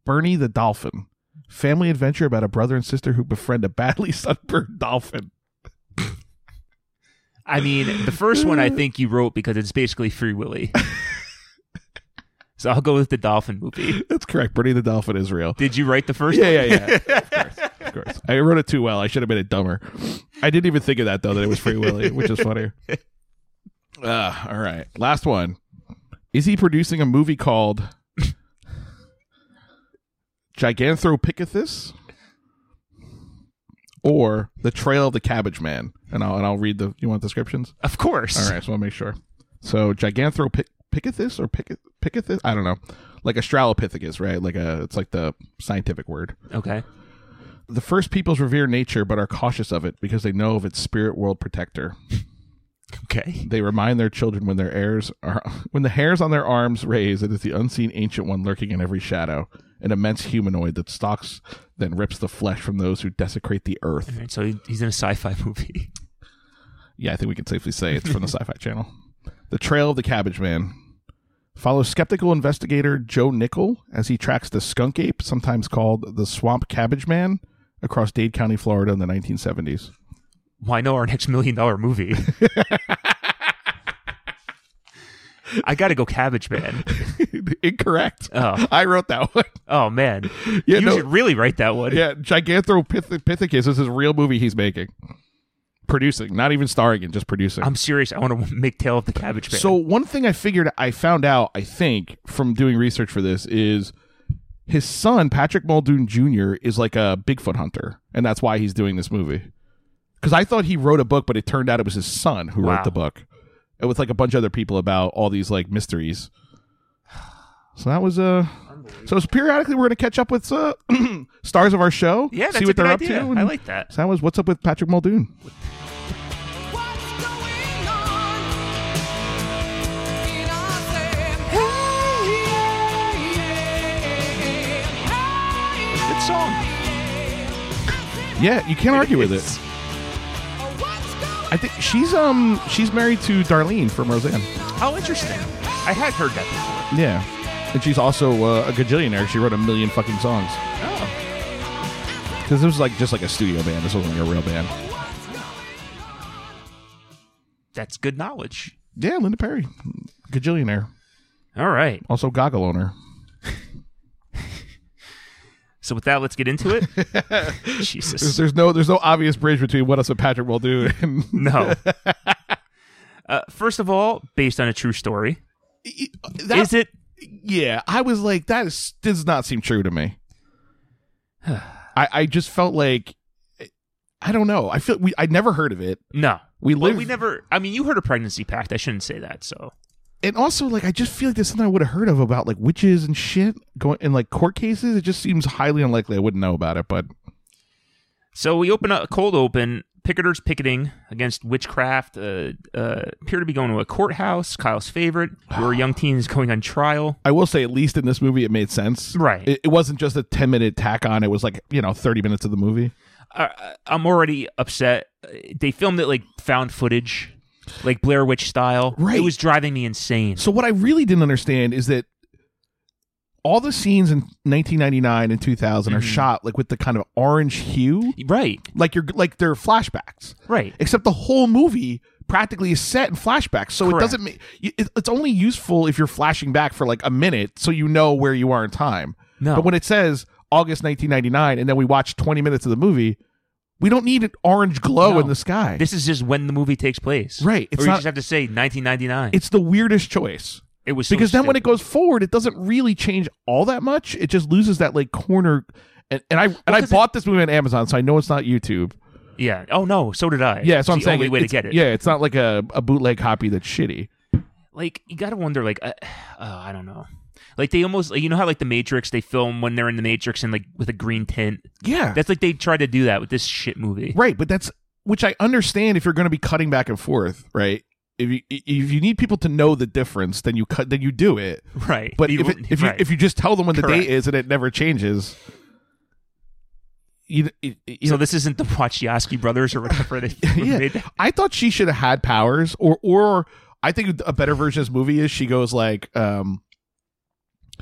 Speaker 2: Bernie the Dolphin, family adventure about a brother and sister who befriend a badly sunburned dolphin.
Speaker 1: I mean, the first one I think you wrote because it's basically Free Willy. so I'll go with the dolphin movie.
Speaker 2: That's correct. Bernie the Dolphin is real.
Speaker 1: Did you write the first
Speaker 2: Yeah,
Speaker 1: one?
Speaker 2: yeah, yeah. of, course, of course. I wrote it too well. I should have made it dumber. I didn't even think of that though. That it was Free Willy, which is funny. Uh, all right, last one. Is he producing a movie called Giganthropicus or The Trail of the Cabbage Man? And I'll and I'll read the. You want descriptions?
Speaker 1: Of course.
Speaker 2: All right, so I'll make sure. So Giganthropicus or Pica- Picithus? I don't know. Like Australopithecus, right? Like a it's like the scientific word
Speaker 1: Okay.
Speaker 2: The first peoples revere nature but are cautious of it because they know of its spirit world protector.
Speaker 1: Okay.
Speaker 2: They remind their children when their heirs are when the hairs on their arms raise, it is the unseen ancient one lurking in every shadow, an immense humanoid that stalks then rips the flesh from those who desecrate the earth.
Speaker 1: All right, so he- he's in a sci-fi movie.
Speaker 2: Yeah, I think we can safely say it's from the Sci Fi Channel. The Trail of the Cabbage Man follows skeptical investigator Joe Nickel as he tracks the skunk ape, sometimes called the Swamp Cabbage Man, across Dade County, Florida in the 1970s.
Speaker 1: Well, I know our next million dollar movie. I got to go Cabbage Man.
Speaker 2: Incorrect.
Speaker 1: Oh.
Speaker 2: I wrote that one.
Speaker 1: Oh, man.
Speaker 2: Yeah,
Speaker 1: you
Speaker 2: no-
Speaker 1: should really write that one.
Speaker 2: Yeah, Gigantopithecus is his real movie he's making. Producing, not even starring in, just producing.
Speaker 1: I'm serious. I want to make Tale of the Cabbage Man.
Speaker 2: So one thing I figured I found out, I think, from doing research for this is his son, Patrick Muldoon Jr., is like a Bigfoot hunter, and that's why he's doing this movie. Because I thought he wrote a book, but it turned out it was his son who
Speaker 1: Wow.
Speaker 2: wrote the book. And with like a bunch of other people about all these like mysteries. So that was uh so periodically we're gonna catch up with uh, stars of our show.
Speaker 1: yeah, that's
Speaker 2: see
Speaker 1: a
Speaker 2: what
Speaker 1: good
Speaker 2: they're
Speaker 1: idea.
Speaker 2: up to. and-
Speaker 1: I like that.
Speaker 2: so that was what's up with Patrick Muldoon.
Speaker 4: What's going on? And I said, hey, yeah, yeah,
Speaker 1: Good song.
Speaker 4: hey, yeah.
Speaker 2: Yeah, you can't argue with it.
Speaker 1: It's-
Speaker 4: What's
Speaker 2: I
Speaker 4: going
Speaker 2: think she's um she's married to Darlene from Roseanne.
Speaker 1: Oh, interesting. I had heard that before.
Speaker 2: Yeah, and she's also uh, a gajillionaire. She wrote a million fucking songs
Speaker 1: Oh.
Speaker 2: because this was like just like a studio band. This wasn't like a real band.
Speaker 1: That's good knowledge.
Speaker 2: Yeah, Linda Perry, gajillionaire,
Speaker 1: All right.
Speaker 2: also goggle owner.
Speaker 1: So with that, let's get into it. Jesus.
Speaker 2: There's, there's no there's no obvious bridge between what us and Patrick will do. And
Speaker 1: No. uh, first of all, based on a true story,
Speaker 2: That-
Speaker 1: is it?
Speaker 2: Yeah, I was like that is, does not seem true to me. I I just felt like I don't know. I feel we I never heard of it.
Speaker 1: No.
Speaker 2: We
Speaker 1: Well,
Speaker 2: live
Speaker 1: we never. I mean, you heard a pregnancy pact. I shouldn't say that. So
Speaker 2: and also like I just feel like there's something I would have heard of about like witches and shit going in like court cases. It just seems highly unlikely I wouldn't know about it, but
Speaker 1: So we open up cold open. Picketers picketing against witchcraft uh, uh, appear to be going to a courthouse. Kyle's favorite, where a young teen is going on trial.
Speaker 2: I will say at least in this movie it made sense.
Speaker 1: Right.
Speaker 2: It, it wasn't just a ten minute tack on. It was like you know thirty minutes of the movie.
Speaker 1: I, I'm already upset. Uh, They filmed it like found footage, like Blair Witch style.
Speaker 2: Right.
Speaker 1: It was driving me insane.
Speaker 2: So what I really didn't understand is that all the scenes in 1999 and 2000 are shot like with the kind of orange hue,
Speaker 1: Right.
Speaker 2: like you're like they're flashbacks.
Speaker 1: Right.
Speaker 2: except the whole movie practically is set in flashbacks so
Speaker 1: Correct.
Speaker 2: it doesn't make it's only useful if you're flashing back for like a minute so you know where you are in time
Speaker 1: No.
Speaker 2: but when it says august 1999 and then we watch 20 minutes of the movie we don't need an orange glow
Speaker 1: No.
Speaker 2: in the sky
Speaker 1: This is just when the movie takes place.
Speaker 2: Right,
Speaker 1: Or
Speaker 2: it's
Speaker 1: you
Speaker 2: not-
Speaker 1: just have to say 1999.
Speaker 2: it's the weirdest choice
Speaker 1: it was so
Speaker 2: because then when it
Speaker 1: stupid.
Speaker 2: goes forward it doesn't really change all that much it just loses that like corner and, and i and i
Speaker 1: 'cause it-
Speaker 2: bought this movie on amazon so i know it's not youtube
Speaker 1: Yeah. Oh no. So did I.
Speaker 2: yeah
Speaker 1: It's
Speaker 2: so i'm
Speaker 1: the
Speaker 2: saying
Speaker 1: only
Speaker 2: it-
Speaker 1: way to
Speaker 2: it's-
Speaker 1: get it.
Speaker 2: yeah it's not like a, a bootleg copy that's shitty
Speaker 1: like you gotta wonder like uh, oh, i don't know like they almost like, you know how like the matrix they film when they're in the matrix and like with a green tint
Speaker 2: yeah
Speaker 1: that's like they tried to do that with this shit movie
Speaker 2: Right, but that's which I understand if you're going to be cutting back and forth, right? If you if you need people to know the difference, then you cut then you do it.
Speaker 1: right
Speaker 2: But if it, if you
Speaker 1: right.
Speaker 2: if you just tell them when the
Speaker 1: Correct.
Speaker 2: date is and it never changes, you, you, you
Speaker 1: so
Speaker 2: know,
Speaker 1: this isn't the Wachowski brothers or whatever they made
Speaker 2: yeah.
Speaker 1: that.
Speaker 2: I thought she should have had powers, or or I think a better version of this movie is she goes like um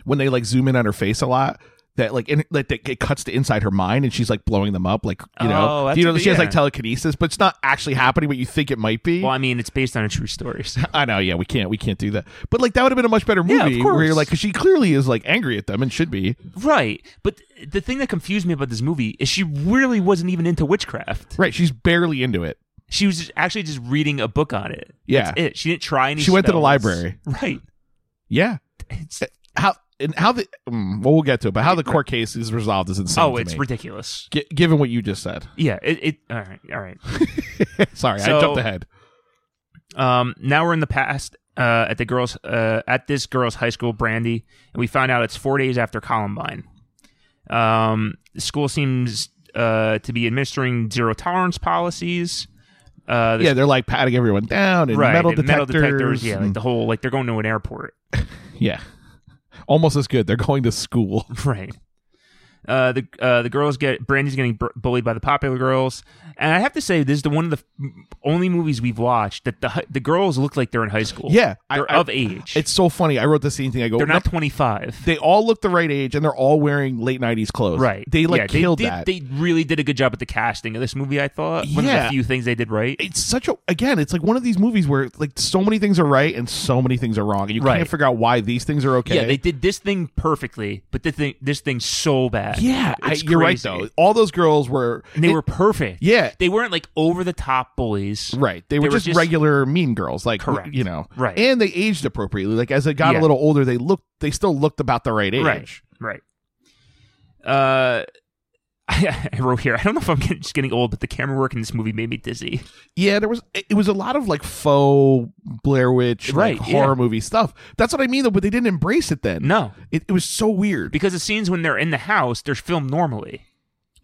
Speaker 2: when they like zoom in on her face a lot. That like in, like that it cuts to inside her mind and she's like blowing them up like
Speaker 1: Oh,
Speaker 2: you know
Speaker 1: that's
Speaker 2: do you know
Speaker 1: a
Speaker 2: that
Speaker 1: good-
Speaker 2: she has like
Speaker 1: yeah.
Speaker 2: telekinesis but it's not actually happening but you think it might be
Speaker 1: Well, I mean, it's based on a true story. So.
Speaker 2: I know, yeah, we can't, we can't do that. But like, that would have been a much better
Speaker 1: Yeah, of
Speaker 2: movie where you're
Speaker 1: course.
Speaker 2: like, because she clearly is like angry at them and should be
Speaker 1: Right. But the thing that confused me about this movie is she really wasn't even into witchcraft.
Speaker 2: right. She's barely into it.
Speaker 1: She was just- actually just reading a book on it.
Speaker 2: Yeah.
Speaker 1: That's it. She didn't try any
Speaker 2: She went to the
Speaker 1: spells.
Speaker 2: library.
Speaker 1: Right.
Speaker 2: Yeah, Eh,
Speaker 1: It's,
Speaker 2: how and how the mm, well, we'll get to it, but how the court case is resolved is insane.
Speaker 1: oh,
Speaker 2: to
Speaker 1: it's
Speaker 2: me.
Speaker 1: ridiculous.
Speaker 2: Gi- given what you just said.
Speaker 1: Yeah, it, it all right, all right.
Speaker 2: Sorry, I
Speaker 1: So-
Speaker 2: jumped ahead.
Speaker 1: Um, now we're in the past uh, at the girls uh, at this girls' high school, Brandy, and we find out it's four days after Columbine. Um, the school seems uh, to be administering zero tolerance policies. Uh,
Speaker 2: yeah, they're like patting everyone down and
Speaker 1: right,
Speaker 2: metal,
Speaker 1: and
Speaker 2: detectors.
Speaker 1: metal detectors. Yeah, like
Speaker 2: and-
Speaker 1: the whole like they're going to an airport.
Speaker 2: yeah. Almost as good. They're going to school.
Speaker 1: Right. Uh, the uh, the girls get Brandy's getting br- bullied by the popular girls, and I have to say this is the one of the f- only movies we've watched that the hi- the girls look like they're in high school.
Speaker 2: Yeah, I-
Speaker 1: they're
Speaker 2: I-
Speaker 1: of age.
Speaker 2: It's so funny. I wrote the same thing. I go,
Speaker 1: they're not
Speaker 2: "Nope."
Speaker 1: twenty five.
Speaker 2: they all look the right age and they're all wearing late 90s clothes.
Speaker 1: Right.
Speaker 2: They like
Speaker 1: Yeah,
Speaker 2: killed
Speaker 1: they did,
Speaker 2: that.
Speaker 1: They really did a good job at the casting of this movie. I thought one of
Speaker 2: Yeah.
Speaker 1: the few things they did right.
Speaker 2: it's such a again it's like one of these movies where like so many things are right and so many things are wrong and you can't
Speaker 1: Right.
Speaker 2: figure out why these things are okay
Speaker 1: Yeah, they did this thing perfectly, but this thing this thing's so bad.
Speaker 2: Yeah, I,
Speaker 1: It's
Speaker 2: you're right
Speaker 1: crazy.
Speaker 2: though all those girls were
Speaker 1: And they
Speaker 2: it-
Speaker 1: were perfect.
Speaker 2: Yeah.
Speaker 1: they weren't like over the top bullies.
Speaker 2: right they were,
Speaker 1: they were
Speaker 2: just,
Speaker 1: just-
Speaker 2: regular mean girls like
Speaker 1: Correct.
Speaker 2: you know
Speaker 1: Right.
Speaker 2: and they aged appropriately like as they got a
Speaker 1: Yeah.
Speaker 2: little older they looked they still looked about the right age
Speaker 1: Right. Right. Uh, I, I wrote here. I don't know if I'm getting, just getting old, but the camera work in this movie made me dizzy.
Speaker 2: yeah there was it it was a lot of like faux Blair Witch like,
Speaker 1: Right,
Speaker 2: horror
Speaker 1: yeah.
Speaker 2: movie stuff that's what I mean though but they didn't embrace it then
Speaker 1: No,
Speaker 2: it, it was so weird
Speaker 1: because the scenes when they're in the house, they're filmed normally.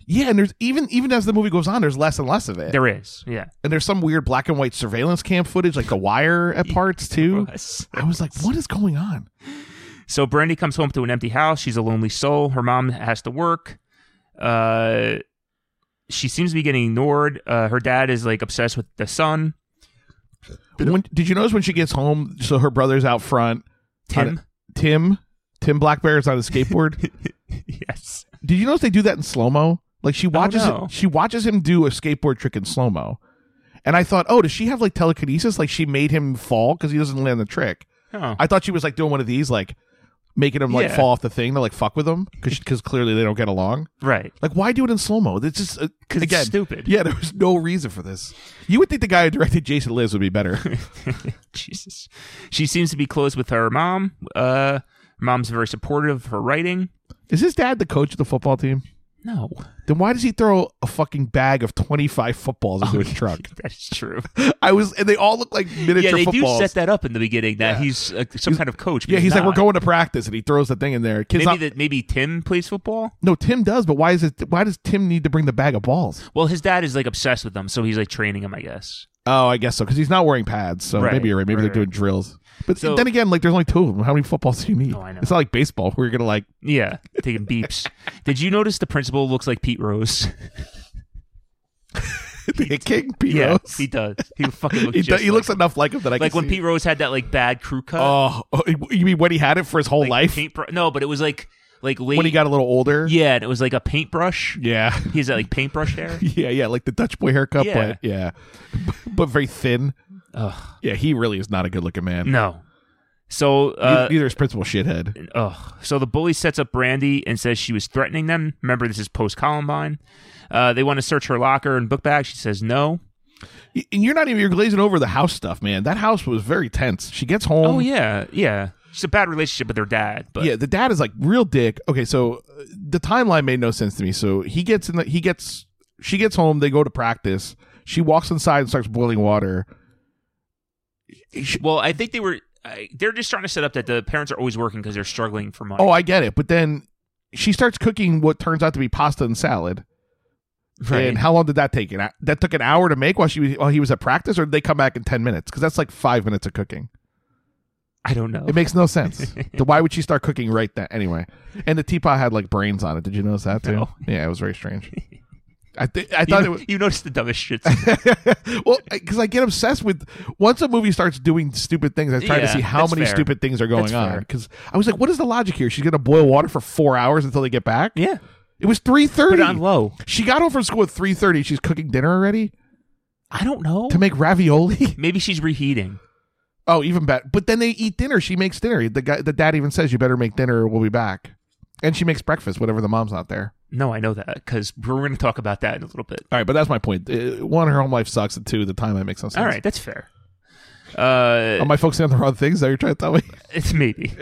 Speaker 2: Yeah, and there's even even as the movie goes on, there's less and less of it.
Speaker 1: There is, yeah.
Speaker 2: and there's some weird black and white surveillance cam footage, like The Wire at parts too. I was like, what is going on?
Speaker 1: So Brandy comes home to an empty house. She's a lonely soul. Her mom has to work. Uh, she seems to be getting ignored. Uh, her dad is like obsessed with the son,
Speaker 2: When, did you notice when she gets home? So her brother's out front. on
Speaker 1: Tim.
Speaker 2: a- Tim, Tim Blackbear's on a skateboard.
Speaker 1: yes.
Speaker 2: did you notice they do that in slow mo? Like she watches,
Speaker 1: no.
Speaker 2: him, she watches him do a skateboard trick in slow mo, and I thought, oh, does she have like telekinesis? Like she made him fall because he doesn't land the trick.
Speaker 1: Oh.
Speaker 2: I thought she was like doing one of these, like making him like
Speaker 1: Yeah.
Speaker 2: fall off the thing to like fuck with him because clearly they don't get along.
Speaker 1: right.
Speaker 2: Like, why do it in slow mo? It's just uh,
Speaker 1: 'Cause it's
Speaker 2: again,
Speaker 1: stupid.
Speaker 2: Yeah, there was no reason for this. You would think the guy who directed Jason Liz would be better.
Speaker 1: Jesus. She seems to be close with her mom. Uh, mom's very supportive of her writing.
Speaker 2: Is his dad the coach of the football team?
Speaker 1: No,
Speaker 2: Then why does he throw a fucking bag of twenty five footballs into his truck?
Speaker 1: that's true.
Speaker 2: I was, and they all look like miniature
Speaker 1: yeah, they
Speaker 2: footballs.
Speaker 1: do set that up in the beginning that he's uh, some kind of coach. but
Speaker 2: yeah, he's like, we're
Speaker 1: not.
Speaker 2: going to practice, and he throws the thing in there. Kids,
Speaker 1: Maybe
Speaker 2: not,
Speaker 1: that maybe Tim plays football.
Speaker 2: no, Tim does, but why is it? Why does Tim need to bring the bag of balls?
Speaker 1: Well, his dad is like obsessed with them, so he's like training him, I guess.
Speaker 2: Oh, I guess so, because he's not wearing pads. So
Speaker 1: Right,
Speaker 2: maybe you're right.
Speaker 1: right,
Speaker 2: Maybe they're
Speaker 1: right.
Speaker 2: doing drills. But
Speaker 1: So-
Speaker 2: then again, like there's only two of them. How many footballs do you need?
Speaker 1: Oh, I know.
Speaker 2: It's not like baseball where you're gonna like
Speaker 1: Yeah, taking beeps. Did you notice the principal looks like Pete Rose?
Speaker 2: kicking Pete
Speaker 1: yeah,
Speaker 2: Rose.
Speaker 1: he does. He fucking looks.
Speaker 2: He,
Speaker 1: just
Speaker 2: does, he
Speaker 1: like
Speaker 2: looks
Speaker 1: him.
Speaker 2: enough like him that I
Speaker 1: like
Speaker 2: can
Speaker 1: when
Speaker 2: see.
Speaker 1: Pete Rose had that like bad crew cut.
Speaker 2: Oh, oh, you mean when he had it for his whole
Speaker 1: like,
Speaker 2: life?
Speaker 1: paintbr- no, but it was like like late.
Speaker 2: when he got a little older?
Speaker 1: yeah, and it was like a paintbrush.
Speaker 2: Yeah.
Speaker 1: He has that like paintbrush hair.
Speaker 2: Yeah, yeah, like the Dutch boy haircut,
Speaker 1: Yeah.
Speaker 2: but yeah, but very thin.
Speaker 1: Ugh.
Speaker 2: Yeah, he really is not a good-looking man.
Speaker 1: No. So uh,
Speaker 2: Neither is Principal Shithead.
Speaker 1: Ugh. So the bully sets up Brandy and says she was threatening them. Remember, this is post Columbine. Uh, they want to search her locker and book bag. She says no.
Speaker 2: Y- And you're not even you're glazing over the house stuff, man. That house was very tense. She gets home.
Speaker 1: Oh yeah, yeah. She's a bad relationship with her dad, but
Speaker 2: Um, yeah, the dad is like real dick. Okay, so uh, the timeline made no sense to me. So he gets in the he gets she gets home, they go to practice. She walks inside and starts boiling water. She-
Speaker 1: well, I think they were. I they're just trying to set up that the parents are always working because they're struggling for money.
Speaker 2: Oh, I get it. But then she starts cooking what turns out to be pasta and salad.
Speaker 1: right.
Speaker 2: And how long did that take? An, hou- that took an hour to make while she was, while he was at practice, or did they come back in ten minutes? Because that's like five minutes of cooking.
Speaker 1: I don't know.
Speaker 2: It makes no sense. Then why would she start cooking right then? Anyway, and the teapot had like brains on it. Did you notice that too?
Speaker 1: No.
Speaker 2: Yeah, it was very strange. I th- I
Speaker 1: you,
Speaker 2: thought
Speaker 1: know-
Speaker 2: it was
Speaker 1: you noticed the dumbest shit.
Speaker 2: well because I get obsessed with once a movie starts doing stupid things. I try to
Speaker 1: Yeah,
Speaker 2: see how
Speaker 1: that's
Speaker 2: many
Speaker 1: fair.
Speaker 2: stupid things are going
Speaker 1: That's
Speaker 2: on.
Speaker 1: fair.
Speaker 2: Because I was like, what is the logic here? She's gonna boil water for four hours until they get back.
Speaker 1: yeah.
Speaker 2: It was three
Speaker 1: Put it
Speaker 2: thirty.
Speaker 1: on low.
Speaker 2: She got home from school at three thirty. She's cooking dinner already
Speaker 1: I don't know.
Speaker 2: to make ravioli.
Speaker 1: Maybe she's reheating.
Speaker 2: oh, even better. But then they eat dinner. She makes dinner. The guy, the dad, even says, "You better make dinner, or we'll be back." And she makes breakfast whenever the mom's not there.
Speaker 1: No, I know that because we're going to talk about that in a little bit.
Speaker 2: All right, but that's my point. Uh, one, her home life sucks, and two, the time I make some sense.
Speaker 1: All right, that's fair. Uh,
Speaker 2: Am I focusing on the wrong things? That you're trying to tell me?
Speaker 1: It's maybe.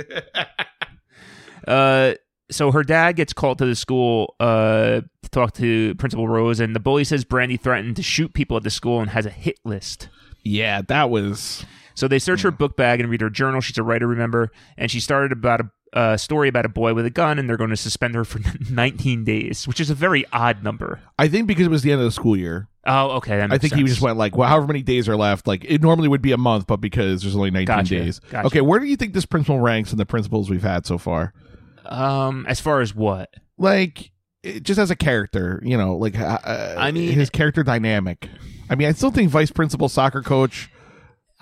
Speaker 1: uh, so her dad gets called to the school uh, to talk to Principal Rose, and the bully says Brandy threatened to shoot people at the school and has a hit list.
Speaker 2: Yeah, that was
Speaker 1: Hmm. So they search her book bag and read her journal. She's a writer, remember, and she started about a, uh, story about a boy with a gun, and they're going to suspend her for 19 days, which is a very odd number.
Speaker 2: I think because it was the end of the school year,
Speaker 1: Oh, okay. That
Speaker 2: I
Speaker 1: makes
Speaker 2: think he
Speaker 1: sense.
Speaker 2: just went like, well, however many days are left. Like it normally would be a month, but because there's only 19
Speaker 1: Gotcha,
Speaker 2: days.
Speaker 1: gotcha.
Speaker 2: Okay, where do you think this principal ranks in the principals we've had so far?
Speaker 1: Um, as far as what?
Speaker 2: Like it, just as a character, you know, like uh, uh,
Speaker 1: I mean-
Speaker 2: his character dynamic. I mean, I still think vice principal, soccer coach.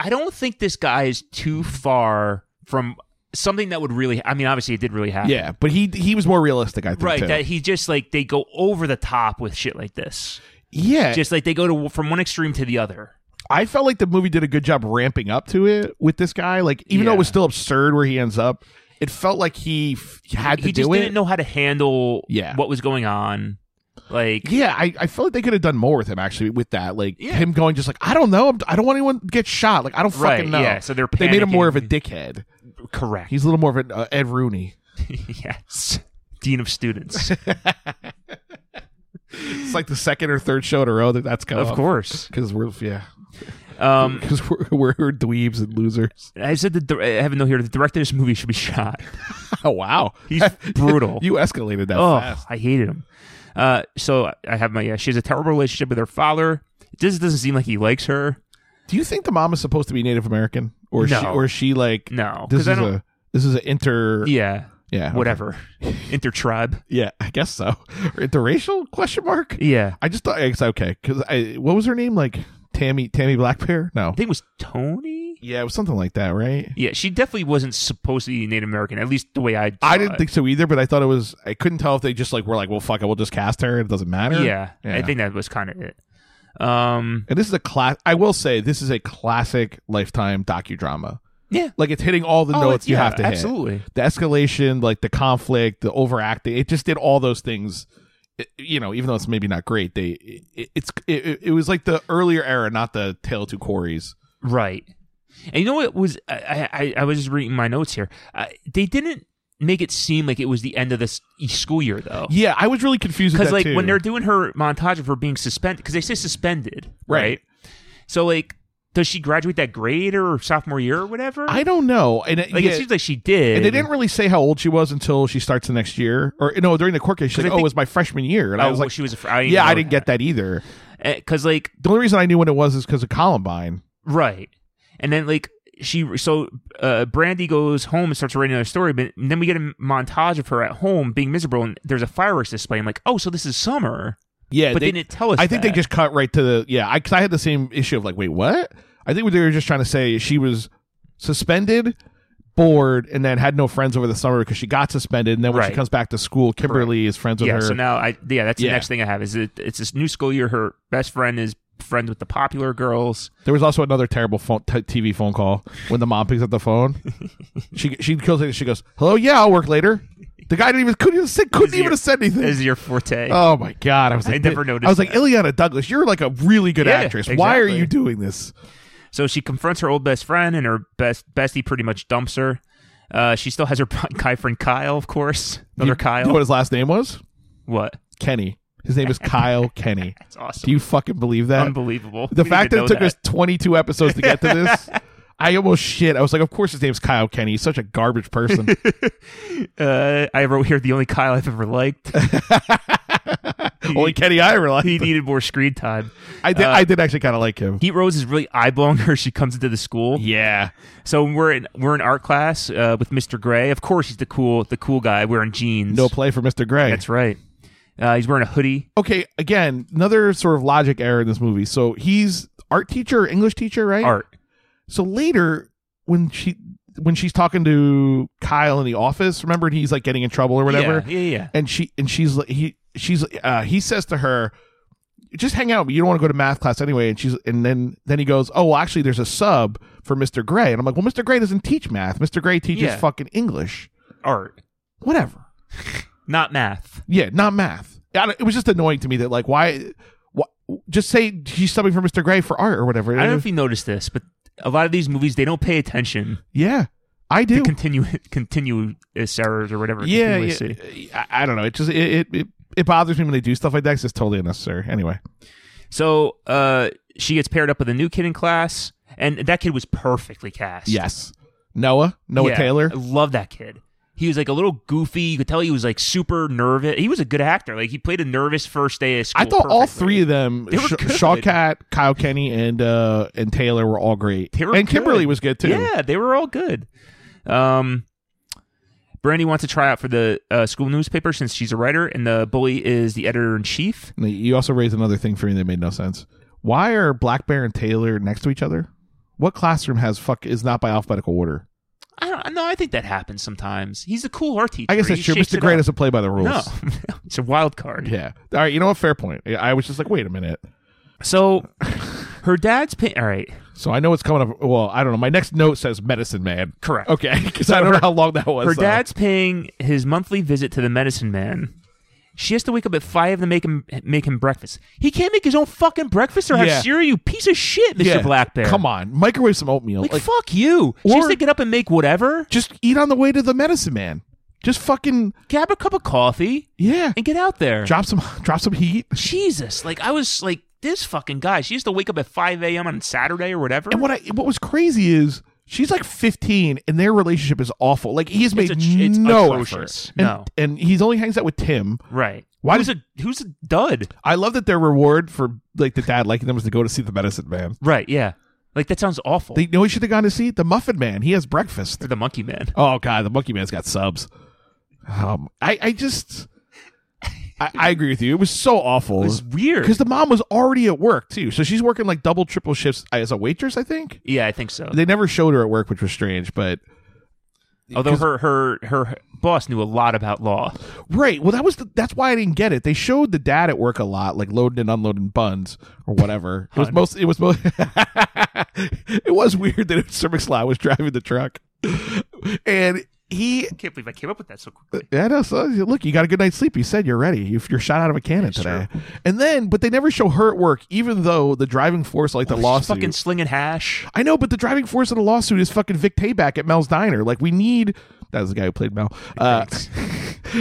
Speaker 1: I don't think this guy is too far from something that would really. I mean, obviously, it did really happen.
Speaker 2: Yeah, but he he was more realistic. I think
Speaker 1: Right,
Speaker 2: too.
Speaker 1: that he just like they go over the top with shit like this.
Speaker 2: yeah,
Speaker 1: Just like they go to from one extreme to the other.
Speaker 2: I felt like the movie did a good job ramping up to it with this guy. Like, even though it was
Speaker 1: Yeah.
Speaker 2: still absurd where he ends up, it felt like he f- had to
Speaker 1: he
Speaker 2: do
Speaker 1: just
Speaker 2: it.
Speaker 1: didn't know how to handle
Speaker 2: Yeah.
Speaker 1: what was going on. Like
Speaker 2: yeah, I, I felt like they could have done more with him actually with that. Like
Speaker 1: Yeah.
Speaker 2: him going just like I don't know, I'm, I don't want anyone to get shot. Like I don't
Speaker 1: Right,
Speaker 2: fucking know.
Speaker 1: yeah, so they're
Speaker 2: they made him more of a
Speaker 1: panicking.
Speaker 2: dickhead.
Speaker 1: correct.
Speaker 2: He's a little more of an uh, Ed Rooney.
Speaker 1: yes. Dean of students.
Speaker 2: It's like the second or third show in a row that that's come
Speaker 1: of course.
Speaker 2: because we're yeah
Speaker 1: Um
Speaker 2: because we're, we're dweebs and losers.
Speaker 1: I said that the, I have a note here the director of this movie should be shot.
Speaker 2: Oh wow,
Speaker 1: He's brutal.
Speaker 2: you escalated that
Speaker 1: Oh,
Speaker 2: fast.
Speaker 1: I hated him. Uh, so I have my. Yeah, she has a terrible relationship with her father. It just doesn't seem like he likes her.
Speaker 2: Do you think the mom is supposed to be Native American, or is she,
Speaker 1: No.
Speaker 2: or is she like
Speaker 1: No,
Speaker 2: This is
Speaker 1: 'cause I don't-
Speaker 2: a this is an inter
Speaker 1: Yeah,
Speaker 2: yeah okay.
Speaker 1: whatever. Intertribe.
Speaker 2: yeah I guess so Or interracial question mark
Speaker 1: Yeah,
Speaker 2: I just thought it's okay because I what was her name like Tammy Tammy Blackpear no
Speaker 1: I think it was Tony.
Speaker 2: yeah it was something like that right
Speaker 1: Yeah, she definitely wasn't supposed to be Native American. At least the way I. Saw
Speaker 2: I didn't
Speaker 1: it.
Speaker 2: think so either but I thought it was I couldn't tell if they just like were like well fuck it we'll just cast her it doesn't matter
Speaker 1: Yeah, I think that was kind of it. Um.
Speaker 2: and this is a class I will say this is a classic lifetime docudrama
Speaker 1: Yeah.
Speaker 2: like it's hitting all the
Speaker 1: Oh, it's-
Speaker 2: notes
Speaker 1: yeah,
Speaker 2: you have to hit.
Speaker 1: absolutely.
Speaker 2: the escalation, like the conflict, the overacting. It just did all those things. i- you know, even though it's maybe not great, they it, it's it, it- it was like the earlier era, not the Tale of Two Quarries.
Speaker 1: Right. And you know what was I I, I was just reading my notes here. Uh, they didn't make it seem like it was the end of this school year though.
Speaker 2: Yeah, I was really confused with
Speaker 1: because
Speaker 2: that
Speaker 1: like
Speaker 2: too.
Speaker 1: when they're doing her montage of her being suspended because they say suspended right.
Speaker 2: Right.
Speaker 1: so like does she graduate that grade or sophomore year or whatever
Speaker 2: I don't know, and it,
Speaker 1: like
Speaker 2: yeah,
Speaker 1: it seems like she did
Speaker 2: and they didn't really say how old she was until she starts the next year, or no, during the court case, she's
Speaker 1: 'Cause I
Speaker 2: like, "Oh,
Speaker 1: think-
Speaker 2: it was my freshman year," and I
Speaker 1: Oh,
Speaker 2: was
Speaker 1: well,
Speaker 2: like,
Speaker 1: she was a fr- I didn't
Speaker 2: "Yeah, I
Speaker 1: know
Speaker 2: didn't get that either."
Speaker 1: because like
Speaker 2: The only reason I knew when it was is because of Columbine.
Speaker 1: right and then like she so uh brandy goes home and starts writing another story but and then we get a montage of her at home being miserable and there's a fireworks display i'm like oh so this is summer
Speaker 2: Yeah,
Speaker 1: but
Speaker 2: they-
Speaker 1: they, didn't tell us
Speaker 2: I think they
Speaker 1: that.
Speaker 2: just cut right to the yeah. I because I had the same issue of like, wait, what? I think what they were just trying to say is she was suspended, bored, and then had no friends over the summer because she got suspended, and then when she
Speaker 1: Right.
Speaker 2: comes back to school, Kimberly is friends with
Speaker 1: yeah
Speaker 2: her.
Speaker 1: so now i yeah that's
Speaker 2: Yeah.
Speaker 1: the next thing i have is it, it's this new school year her best friend is friends with the popular girls
Speaker 2: there was also another terrible phone, t- TV phone call when the mom picks up the phone. she she goes like she goes, "Hello, yeah, I'll work later." The guy didn't even couldn't even said, couldn't
Speaker 1: Is your-
Speaker 2: even have said anything.
Speaker 1: This is your forte.
Speaker 2: Oh my god! I was
Speaker 1: I
Speaker 2: like,
Speaker 1: never
Speaker 2: "Th-
Speaker 1: noticed
Speaker 2: I was like,
Speaker 1: that.
Speaker 2: Ileana Douglas, you're like a really good
Speaker 1: Yeah,
Speaker 2: actress. Why are
Speaker 1: exactly.
Speaker 2: you doing this?
Speaker 1: So she confronts her old best friend, and her best bestie pretty much dumps her. Uh, she still has her guy friend Kyle, of course. Another
Speaker 2: you,
Speaker 1: Kyle.
Speaker 2: You know what his last name was?
Speaker 1: what?
Speaker 2: Kenny. His name is Kyle Kenny.
Speaker 1: It's awesome.
Speaker 2: Do you fucking believe that?
Speaker 1: Unbelievable.
Speaker 2: The
Speaker 1: We
Speaker 2: fact that
Speaker 1: didn't
Speaker 2: it took
Speaker 1: know
Speaker 2: us 22 episodes to get to this, I almost shit. I was like, of course his name's Kyle Kenny. He's such a garbage person.
Speaker 1: that. Uh, I wrote here the only Kyle I've ever liked.
Speaker 2: Only Kenny I ever liked.
Speaker 1: he uh, needed more screen time.
Speaker 2: I did. I did actually kind of like him.
Speaker 1: Heat Rose is really eyeballing her. as She comes into the school.
Speaker 2: yeah.
Speaker 1: So we're in we're in art class uh, with Mr. Gray. Of course, he's the cool the cool guy wearing jeans.
Speaker 2: No play for Mr. Gray.
Speaker 1: That's right. Uh, he's wearing a hoodie.
Speaker 2: okay. Again, another sort of logic error in this movie. So he's art teacher, English teacher, right?
Speaker 1: Art.
Speaker 2: So later, when she when she's talking to Kyle in the office, remember, and he's like getting in trouble or whatever.
Speaker 1: Yeah. Yeah. yeah.
Speaker 2: and she and she's like he she's uh he says to her just hang out you don't want to go to math class anyway and she's and then then he goes oh well, actually there's a sub for mr gray and i'm like well mr gray doesn't teach math mr gray teaches
Speaker 1: Yeah.
Speaker 2: fucking english
Speaker 1: Art.
Speaker 2: whatever
Speaker 1: Not math.
Speaker 2: yeah not math I don't- it was just annoying to me that like why wh- just say she's subbing for mr gray for art or whatever
Speaker 1: I don't know if you noticed this, but a lot of these movies they don't pay attention
Speaker 2: yeah i do
Speaker 1: to continue continue errors or whatever.
Speaker 2: yeah, yeah
Speaker 1: continuously.
Speaker 2: I, I don't know it just it, it it it bothers me when they do stuff like that 'cause it's totally unnecessary anyway
Speaker 1: So uh, she gets paired up with a new kid in class, and that kid was perfectly cast.
Speaker 2: yes noah noah
Speaker 1: Yeah,
Speaker 2: taylor
Speaker 1: I love that kid. He was like a little goofy. You could tell he was like super nervous. He was a good actor. Like he played a nervous first day of school.
Speaker 2: I thought all
Speaker 1: perfectly.
Speaker 2: three of them,
Speaker 1: They were
Speaker 2: Sh-
Speaker 1: good.
Speaker 2: Shaw Cat, Kyle Kenny, and uh, and Taylor were all great.
Speaker 1: They were
Speaker 2: and
Speaker 1: good.
Speaker 2: Kimberly was good too.
Speaker 1: Yeah, they were all good. Um, Brandy wants to try out for the uh, school newspaper since she's a writer, and the bully is the editor in chief.
Speaker 2: Now, You also raised another thing for me that made no sense. Why are Black Bear and Taylor next to each other? What classroom has fuck is not by alphabetical order?
Speaker 1: I don't know. I think that happens sometimes. He's a cool art teacher.
Speaker 2: I guess
Speaker 1: He
Speaker 2: that's true.
Speaker 1: shakes
Speaker 2: Mr.
Speaker 1: it
Speaker 2: Gray
Speaker 1: up.
Speaker 2: doesn't play by the rules.
Speaker 1: No, it's a wild card.
Speaker 2: Yeah. All right. You know what? Fair point. I I was just like, wait a minute.
Speaker 1: So her dad's pa- all right.
Speaker 2: So I know what's coming up. Well, I don't know. My next note says Medicine Man.
Speaker 1: Correct.
Speaker 2: Okay. Because I don't know how long that was.
Speaker 1: Her
Speaker 2: so.
Speaker 1: dad's paying his monthly visit to the medicine man. She has to wake up at five to make him make him breakfast. He can't make his own fucking breakfast or have
Speaker 2: Yeah.
Speaker 1: cereal. You piece of shit, Mister
Speaker 2: Yeah.
Speaker 1: Black Bear.
Speaker 2: Come on. Microwave some oatmeal.
Speaker 1: like,
Speaker 2: Like,
Speaker 1: fuck you. she has
Speaker 2: or-
Speaker 1: to get up and make whatever.
Speaker 2: just eat on the way to the Medicine Man. Just fucking.
Speaker 1: Grab a cup of coffee
Speaker 2: Yeah.
Speaker 1: and get out there.
Speaker 2: Drop some. Drop some heat.
Speaker 1: Jesus, like I was like this fucking guy. She has to wake up at five a.m. on Saturday or whatever.
Speaker 2: And what I what was crazy is she's like 15 and their relationship is awful. Like he has made
Speaker 1: atro- it's
Speaker 2: no
Speaker 1: atrocious.
Speaker 2: effort. And,
Speaker 1: No.
Speaker 2: and he's only hangs out with Tim.
Speaker 1: right?
Speaker 2: Why
Speaker 1: Who's a who's a dud?
Speaker 2: I love that their reward for like the dad liking them was to go to see the medicine man.
Speaker 1: Right? Yeah. Like that sounds awful.
Speaker 2: They know he should have gone to see the muffin man. He has breakfast.
Speaker 1: Or the Monkey Man.
Speaker 2: Oh god, the monkey man's got subs. Um, I I just I, I agree with you. It was so awful.
Speaker 1: It was weird.
Speaker 2: because the mom was already at work too, so she's working like double triple shifts as a waitress. I think
Speaker 1: Yeah, I think so.
Speaker 2: they never showed her at work, which was strange, but.
Speaker 1: Although her her her boss knew a lot about law.
Speaker 2: Right. Well, that was the, that's why I didn't get it. They showed the dad at work a lot, like loading and unloading buns or whatever. It was
Speaker 1: Hun.
Speaker 2: most. It was most. it was weird that Sir McSly was driving the truck, and he.
Speaker 1: I can't believe I came up with that so quickly.
Speaker 2: Yeah, no, so look, you got a good night's sleep. You said you're ready. You- You're shot out of a cannon today, and then, but they never show her at work, even though the driving force, like the
Speaker 1: Oh, She's
Speaker 2: lawsuit,
Speaker 1: fucking slinging hash.
Speaker 2: I know, but the driving force of the lawsuit is fucking Vic Tayback at Mel's Diner. Like, we need that was the guy who played Mel. Uh,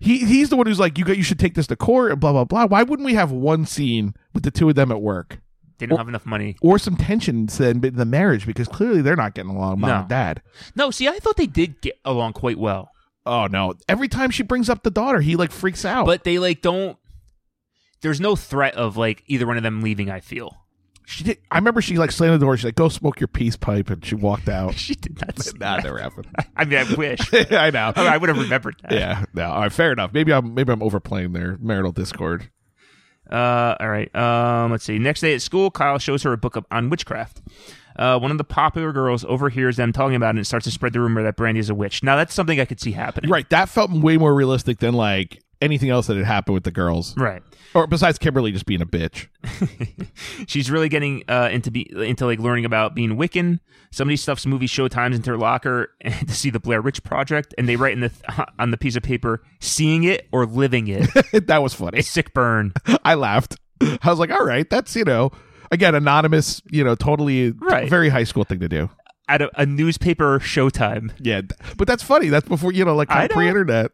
Speaker 2: he he's the one who's like, you got you should take this to court and blah blah blah. Why wouldn't we have one scene with the two of them at work
Speaker 1: They don't have enough money.
Speaker 2: or some tension in the marriage because clearly they're not getting along, mom
Speaker 1: No.
Speaker 2: and dad.
Speaker 1: No, see, I thought they did get along quite well,
Speaker 2: Oh no! Every time she brings up the daughter, he like freaks out.
Speaker 1: but they like don't. There's no threat of like either one of them leaving. I feel
Speaker 2: she did, I remember she like slammed the door. She's like, "Go smoke your peace pipe," and she walked out.
Speaker 1: she did not. say
Speaker 2: nah,
Speaker 1: that.
Speaker 2: never happened.
Speaker 1: I mean, I wish. I,
Speaker 2: I know.
Speaker 1: mean, I would have remembered that.
Speaker 2: Yeah. No. All right. Fair enough. Maybe I'm maybe I'm overplaying their marital discord.
Speaker 1: Uh, all right. Um, let's see. Next day at school, Kyle shows her a book up on witchcraft. Uh, one of the popular girls overhears them talking about it and starts to spread the rumor that Brandy is a witch. Now that's something I could see happening.
Speaker 2: Right. That felt way more realistic than like anything else that had happened with the girls,
Speaker 1: Right.
Speaker 2: or besides Kimberly just being a bitch.
Speaker 1: She's really getting uh, into be into like learning about being Wiccan. Somebody stuffs movie showtimes into her locker to see the Blair Witch Project, and they write in the th- uh, on the piece of paper, "Seeing it or living it."
Speaker 2: that was funny.
Speaker 1: Sick burn.
Speaker 2: I laughed. I was like, all right, that's you know, again, anonymous, you know, totally
Speaker 1: Right.
Speaker 2: very high school thing to do.
Speaker 1: At a, a newspaper showtime,
Speaker 2: Yeah, th- but that's funny. That's before you know, like
Speaker 1: I know.
Speaker 2: pre-internet.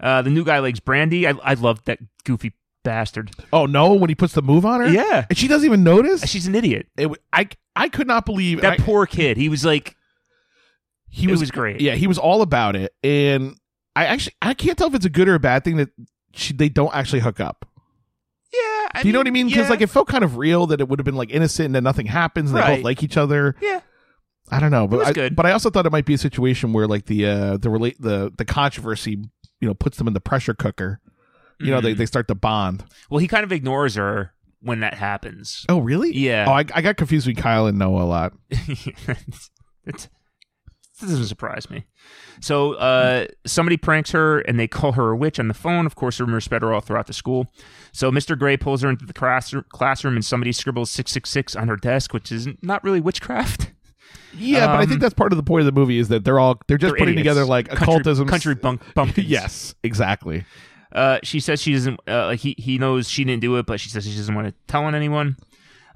Speaker 1: uh, the new guy likes Brandy. I I love that goofy bastard.
Speaker 2: Oh no, when he puts the move on her,
Speaker 1: Yeah.
Speaker 2: and she doesn't even notice.
Speaker 1: She's an idiot.
Speaker 2: It w- I I could not believe
Speaker 1: That
Speaker 2: I-
Speaker 1: poor kid. He was like,
Speaker 2: he
Speaker 1: It was great.
Speaker 2: Yeah, he was all about it, and I actually I can't tell if it's a good or a bad thing that she, they don't actually hook up.
Speaker 1: yeah. I
Speaker 2: Do you know what I mean? Because
Speaker 1: yeah,
Speaker 2: like it felt kind of real that it would have been like innocent and then nothing happens. And They
Speaker 1: Right.
Speaker 2: both like each other.
Speaker 1: yeah,
Speaker 2: I don't know, but
Speaker 1: was
Speaker 2: I,
Speaker 1: good.
Speaker 2: but I also thought it might be a situation where like the uh, the relate the the controversy you know puts them in the pressure cooker. You know
Speaker 1: Mm-hmm.
Speaker 2: they, they start to bond.
Speaker 1: well, he kind of ignores her when that happens.
Speaker 2: Oh really?
Speaker 1: Yeah.
Speaker 2: Oh, I, I got confused with Kyle and Noah a lot.
Speaker 1: It's- it's- this doesn't surprise me. So uh, somebody pranks her and they call her a witch on the phone. Of course, rumors spread all throughout the school. So Mr. Gray pulls her into the class- classroom and somebody scribbles 666 on her desk, which is not really witchcraft.
Speaker 2: Yeah, but I
Speaker 1: Um,
Speaker 2: think that's part of the point of the movie is that they're all they're just
Speaker 1: They're
Speaker 2: putting
Speaker 1: idiots.
Speaker 2: together like
Speaker 1: country,
Speaker 2: occultism.
Speaker 1: Country bunk bumpkins.
Speaker 2: Yes, exactly.
Speaker 1: Uh, she says she doesn't. Uh, like he he knows she didn't do it, but she says she doesn't want to tell on anyone.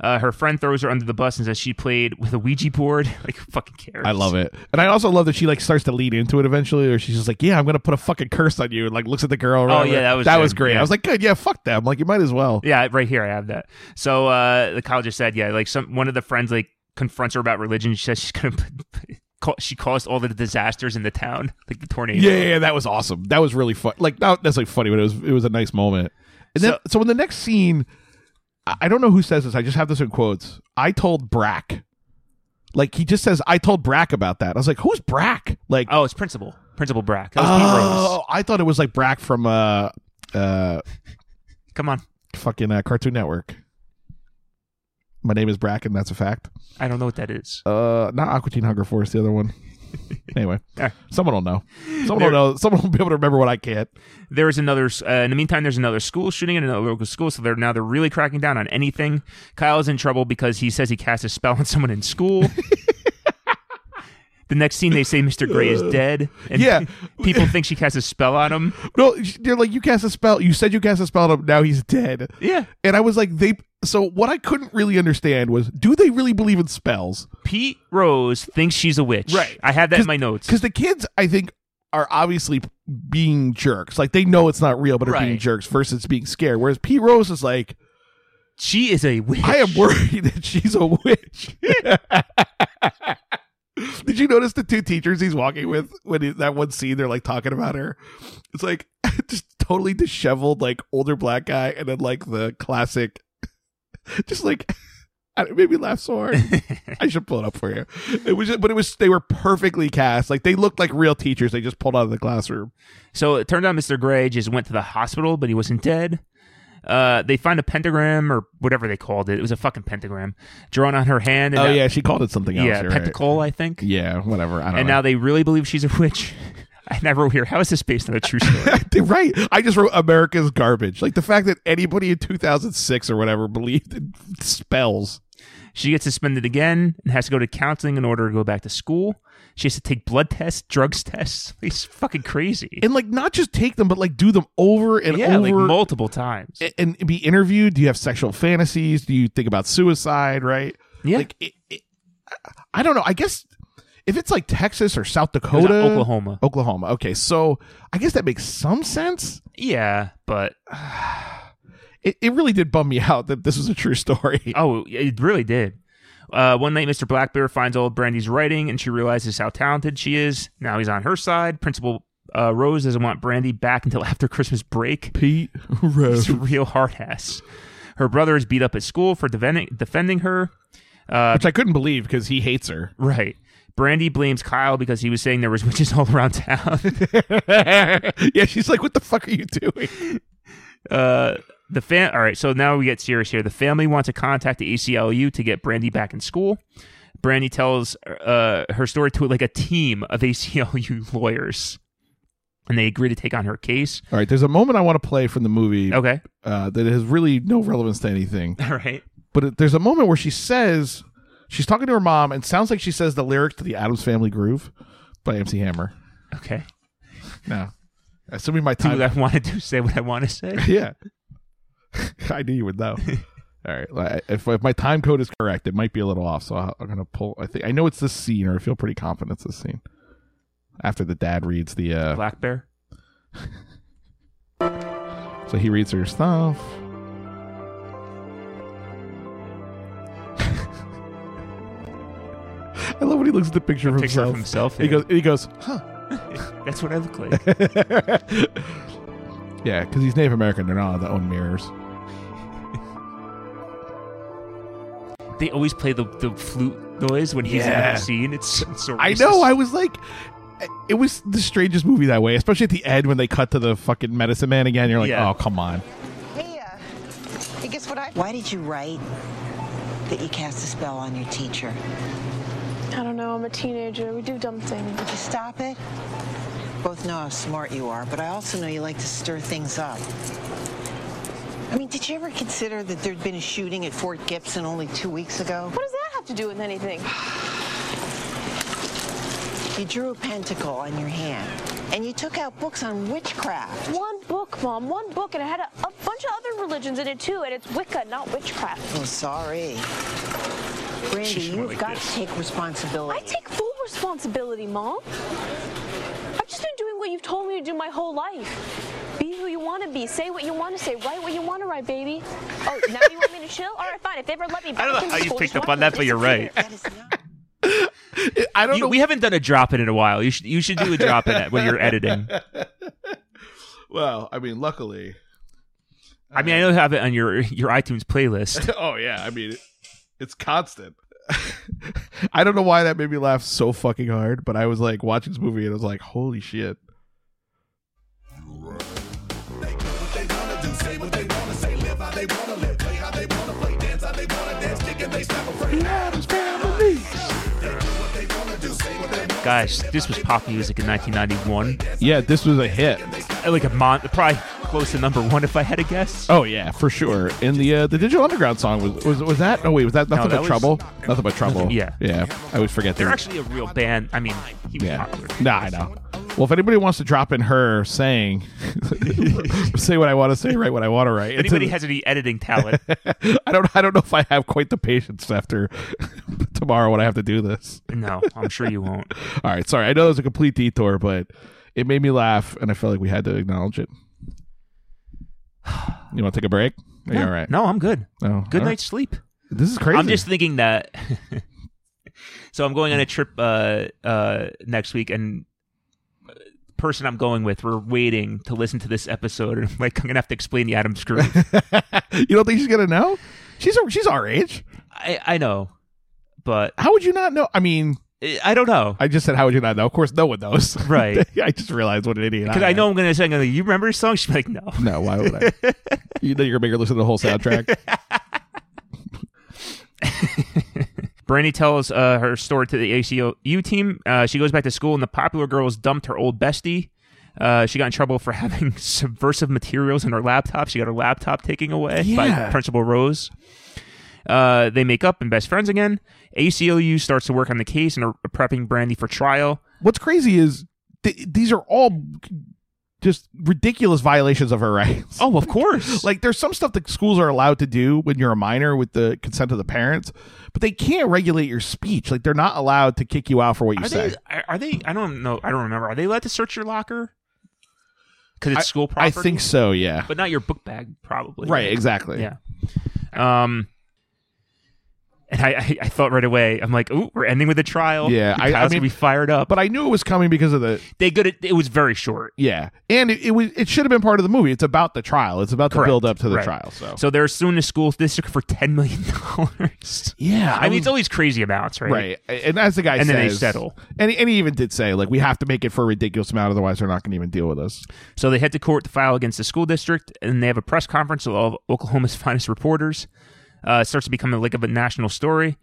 Speaker 1: Uh, her friend throws her under the bus and says she played with a Ouija board. like who fucking cares?
Speaker 2: I love it. And I also love that she like starts to lead into it eventually, or she's just like, "Yeah, I'm gonna put a fucking curse on you," and like looks at the girl.
Speaker 1: Oh, yeah, that was
Speaker 2: that
Speaker 1: good.
Speaker 2: was great.
Speaker 1: Yeah.
Speaker 2: I was like, "Good, yeah, fuck them." Like you might as well.
Speaker 1: Yeah, right here I have that. So uh, the college just said, yeah, like some one of the friends like confronts her about religion. She says she's gonna ca- she caused all the disasters in the town, like the tornado.
Speaker 2: Yeah, yeah, yeah, that was awesome. That was really fun. Like not necessarily funny, but it was it was a nice moment. And then, so in the next scene, I I don't know who says this. I just have this in quotes. I told Brack, like he just says, "I told Brack about that." I was like, "Who's Brack?" Like,
Speaker 1: Oh, it's Principal. Principal Brack. That was Pete Rose.
Speaker 2: oh, I thought it was like Brack from uh, uh,
Speaker 1: Come on.
Speaker 2: fucking uh, Cartoon Network. My name is Brack, and that's a fact.
Speaker 1: I don't know what that is.
Speaker 2: Uh, not Aqua Teen Hunger Force, the other one. anyway,
Speaker 1: Alright.
Speaker 2: someone will know. Someone
Speaker 1: There-
Speaker 2: will know. Someone will be able to remember what I can't.
Speaker 1: There is another. Uh, in the meantime, there's another school shooting at another local school. So they're now they're really cracking down on anything. Kyle is in trouble because he says he cast a spell on someone in school. the next scene, they say Mr. Gray is dead, and
Speaker 2: Yeah.
Speaker 1: people think she cast a spell on him.
Speaker 2: No, they're like you cast a spell. You said you cast a spell, and now he's dead.
Speaker 1: Yeah.
Speaker 2: And I was like, they. So what I couldn't really understand was, do they really believe in spells?
Speaker 1: Pete Rose thinks she's a witch.
Speaker 2: Right.
Speaker 1: I have that in my notes.
Speaker 2: Because the kids, I think, are obviously being jerks. Like they know it's not real, but are being
Speaker 1: Right.
Speaker 2: jerks versus being scared. Whereas P Rose is like,
Speaker 1: She is a witch.
Speaker 2: I am worried that she's a witch. Did you notice the two teachers he's walking with when he, that one scene they're like talking about her? It's like just totally disheveled, like older black guy, and then like the classic, just like I- it made me laugh so hard. I should pull it up for you. It was, just, but it was they were perfectly cast. Like they looked like real teachers. They just pulled out of the classroom.
Speaker 1: So it turned out Mr. Gray just went to the hospital, but he wasn't dead. Uh, they find a pentagram or whatever they called it. It was a fucking pentagram drawn on her hand. And
Speaker 2: Oh
Speaker 1: now-
Speaker 2: yeah, she called it something else.
Speaker 1: yeah,
Speaker 2: you're right.
Speaker 1: pentacle, I think.
Speaker 2: Yeah, whatever. I don't
Speaker 1: and
Speaker 2: know.
Speaker 1: now they really believe she's a witch. I never hear how is this based on a true story?
Speaker 2: They're right. I just wrote America's garbage. Like the fact that anybody in 2006 or whatever believed in spells.
Speaker 1: she gets suspended again and has to go to counseling in order to go back to school. She has to take blood tests, drugs tests. It's fucking crazy.
Speaker 2: And like not just take them, but like do them over and
Speaker 1: yeah,
Speaker 2: over
Speaker 1: like multiple times.
Speaker 2: a- and be interviewed. Do you have sexual fantasies? Do you think about suicide? Right?
Speaker 1: yeah,
Speaker 2: Like it, it, I- I don't know. I guess if it's like Texas or South
Speaker 1: It was, uh,
Speaker 2: Dakota,
Speaker 1: Oklahoma.
Speaker 2: Oklahoma. Okay, so I guess that makes some sense.
Speaker 1: Yeah, but
Speaker 2: It, it really did bum me out that this was a true story.
Speaker 1: Oh, it really did. Uh, one night, Mr. Blackbear finds old Brandy's writing, and she realizes how talented she is. Now he's on her side. Principal uh, Rose doesn't want Brandy back until after Christmas break.
Speaker 2: Pete Rose.
Speaker 1: He's a real hard ass. Her brother is beat up at school for defending, defending her.
Speaker 2: which I couldn't believe because he hates her.
Speaker 1: Right. Brandy blames Kyle because he was saying there was witches all around town.
Speaker 2: yeah, she's like, "What the fuck are you doing?"
Speaker 1: Uh, the fam. All right, so now we get serious here. The family wants to contact the ACLU to get Brandy back in school. Brandy tells uh, her story to like a team of ACLU lawyers, and they agree to take on her case.
Speaker 2: All right, there's a moment I want to play from the movie
Speaker 1: Okay,
Speaker 2: uh, that has really no relevance to anything,
Speaker 1: all right.
Speaker 2: but it, there's a moment where she says she's talking to her mom and sounds like she says the lyrics to the Adams Family Groove by MC Hammer.
Speaker 1: Okay,
Speaker 2: No, assuming my
Speaker 1: do
Speaker 2: time.
Speaker 1: what I want to do, say what I want to say.
Speaker 2: yeah, I knew you would know. All right, like, if, if my time code is correct, it might be a little off, so I, I'm gonna pull. I think I know it's this scene, or I feel pretty confident it's this scene. After the dad reads the uh,
Speaker 1: Black bear.
Speaker 2: So he reads her stuff. I love when he looks at the picture of
Speaker 1: picture of
Speaker 2: himself.
Speaker 1: himself,
Speaker 2: He
Speaker 1: yeah.
Speaker 2: goes. He goes. Huh.
Speaker 1: That's what I look like.
Speaker 2: yeah, because he's Native American. They're not allowed to own mirrors.
Speaker 1: they always play the, the flute noise when he's in
Speaker 2: Yeah.
Speaker 1: the scene. It's, it's so.
Speaker 2: I
Speaker 1: racist.
Speaker 2: know. I was like, it was the strangest movie that way. Especially at the end when they cut to the fucking medicine man again. You're like,
Speaker 1: Yeah.
Speaker 2: oh come on.
Speaker 5: Hey, uh, hey, guess what I?
Speaker 6: Why did you write that you cast a spell on your teacher?
Speaker 7: I don't know, I'm a teenager. We do dumb things.
Speaker 6: Would you stop it? Both know how smart you are, but I also know you like to stir things up. I mean, did you ever consider that there'd been a shooting at Fort Gibson only two weeks ago?
Speaker 7: What does that have to do with anything?
Speaker 6: You drew a pentacle on your hand, and you took out books on witchcraft.
Speaker 7: One book, Mom, one book, and it had a, a bunch of other religions in it too, and it's Wicca, not witchcraft.
Speaker 6: Oh, sorry. Brandy,
Speaker 1: She's more
Speaker 6: you've
Speaker 1: like
Speaker 6: got
Speaker 1: this.
Speaker 6: to take responsibility.
Speaker 7: I take full responsibility, Mom. I've just been doing what you've told me to do my whole life. Be who you want to be, say what you want to say, write what you want to write, baby. Oh, now you want me to chill? All right, fine. If they ever let me back
Speaker 1: don't know
Speaker 7: into
Speaker 1: how you
Speaker 7: school,
Speaker 1: picked
Speaker 7: just
Speaker 1: up on
Speaker 7: why
Speaker 1: that, but you're
Speaker 7: disappear?
Speaker 1: right.
Speaker 6: That is not.
Speaker 2: I don't
Speaker 1: You-
Speaker 2: know.
Speaker 1: we haven't done a drop in in a while. You should you should do a drop in it when you're editing.
Speaker 2: well, I mean, luckily.
Speaker 1: I mean, I know you have it on your your iTunes playlist.
Speaker 2: Oh yeah, I mean, it, it's constant. I don't know why that made me laugh so fucking hard, but I was like watching this movie and I was like, holy shit.
Speaker 1: Guys, this was pop music in 1991.
Speaker 2: Yeah, this was a hit.
Speaker 1: Like a month, probably close to number one if I had to guess.
Speaker 2: Oh yeah, for sure. And the uh, the Digital Underground song was was was that? Oh wait, was that nothing
Speaker 1: that
Speaker 2: but
Speaker 1: was-
Speaker 2: trouble? Nothing but trouble.
Speaker 1: yeah.
Speaker 2: yeah. I always forget
Speaker 1: They're
Speaker 2: that.
Speaker 1: actually a real band. I mean, he was
Speaker 2: Yeah.
Speaker 1: popular.
Speaker 2: Nah, I know. Well, if anybody wants to drop in her saying, say what I want to say, write what I want to write. It's
Speaker 1: Anybody
Speaker 2: a-
Speaker 1: has any editing talent?
Speaker 2: I don't. I don't know if I have quite the patience after tomorrow when I have to do this.
Speaker 1: no, I'm sure you won't.
Speaker 2: All right, sorry. I know it was a complete detour, but it made me laugh, and I felt like we had to acknowledge it. You want to take a break? Are you all right?
Speaker 1: No, I'm good.
Speaker 2: No.
Speaker 1: Good
Speaker 2: All right.
Speaker 1: night's sleep.
Speaker 2: This is crazy.
Speaker 1: I'm just thinking that. so I'm going on a trip uh, uh, next week, and uh, person I'm going with, we're waiting to listen to this episode. And like, I'm gonna have to explain the Adam's groove.
Speaker 2: you don't think she's gonna know? She's she's our age.
Speaker 1: I, I know, but
Speaker 2: How would you not know? I mean,
Speaker 1: I I don't know
Speaker 2: I just said how would you not know? Of course, no one knows.
Speaker 1: Right.
Speaker 2: I just realized what an idiot.
Speaker 1: because I know I'm gonna say, I'm gonna, you remember this song? She's like, no.
Speaker 2: am. No, why would I? you know, you're gonna make her listen to the whole soundtrack.
Speaker 1: Brandy tells uh, her story to the ACLU team. Uh, she goes back to school, and the popular girls dumped her old bestie. Uh, she got in trouble for having subversive materials in her laptop. She got her laptop taken away by
Speaker 2: Yeah.
Speaker 1: Principal Rose. Uh, they make up and best friends again. ACLU starts to work on the case and are prepping Brandy for trial.
Speaker 2: What's crazy is th- these are all just ridiculous violations of her rights.
Speaker 1: Oh, of course.
Speaker 2: Like there's some stuff that schools are allowed to do when you're a minor with the consent of the parents, but they can't regulate your speech. Like they're not allowed to kick you out for what you
Speaker 1: are
Speaker 2: say.
Speaker 1: they? Are are they? I don't know. I don't remember. Are they allowed to search your locker? Because it's
Speaker 2: I-
Speaker 1: school property.
Speaker 2: I think so, yeah.
Speaker 1: but not your book bag, probably.
Speaker 2: right, exactly.
Speaker 1: Yeah. Um, and I, I, I thought right away, I'm like, ooh, we're ending with a trial.
Speaker 2: Yeah,
Speaker 1: I,
Speaker 2: I- I
Speaker 1: I
Speaker 2: mean-
Speaker 1: mean, be fired up. But
Speaker 2: But I knew it was coming because of the
Speaker 1: they good. At, it was very short.
Speaker 2: yeah, and it, it was it should have been part of the movie. It's about the trial. It's about the
Speaker 1: Correct.
Speaker 2: build up to the
Speaker 1: Right.
Speaker 2: trial. So,
Speaker 1: So they're suing the school district for ten million dollars.
Speaker 2: yeah,
Speaker 1: I mean,
Speaker 2: was-
Speaker 1: it's always crazy amounts, right?
Speaker 2: right. And as the guy
Speaker 1: And
Speaker 2: says,
Speaker 1: then they settle.
Speaker 2: And he, and he even did say like we have to make it for a ridiculous amount, otherwise they're not going to even deal with us.
Speaker 1: So they head to court to file against the school district, and they have a press conference with all of Oklahoma's finest reporters. Uh, it starts to become like of a national story.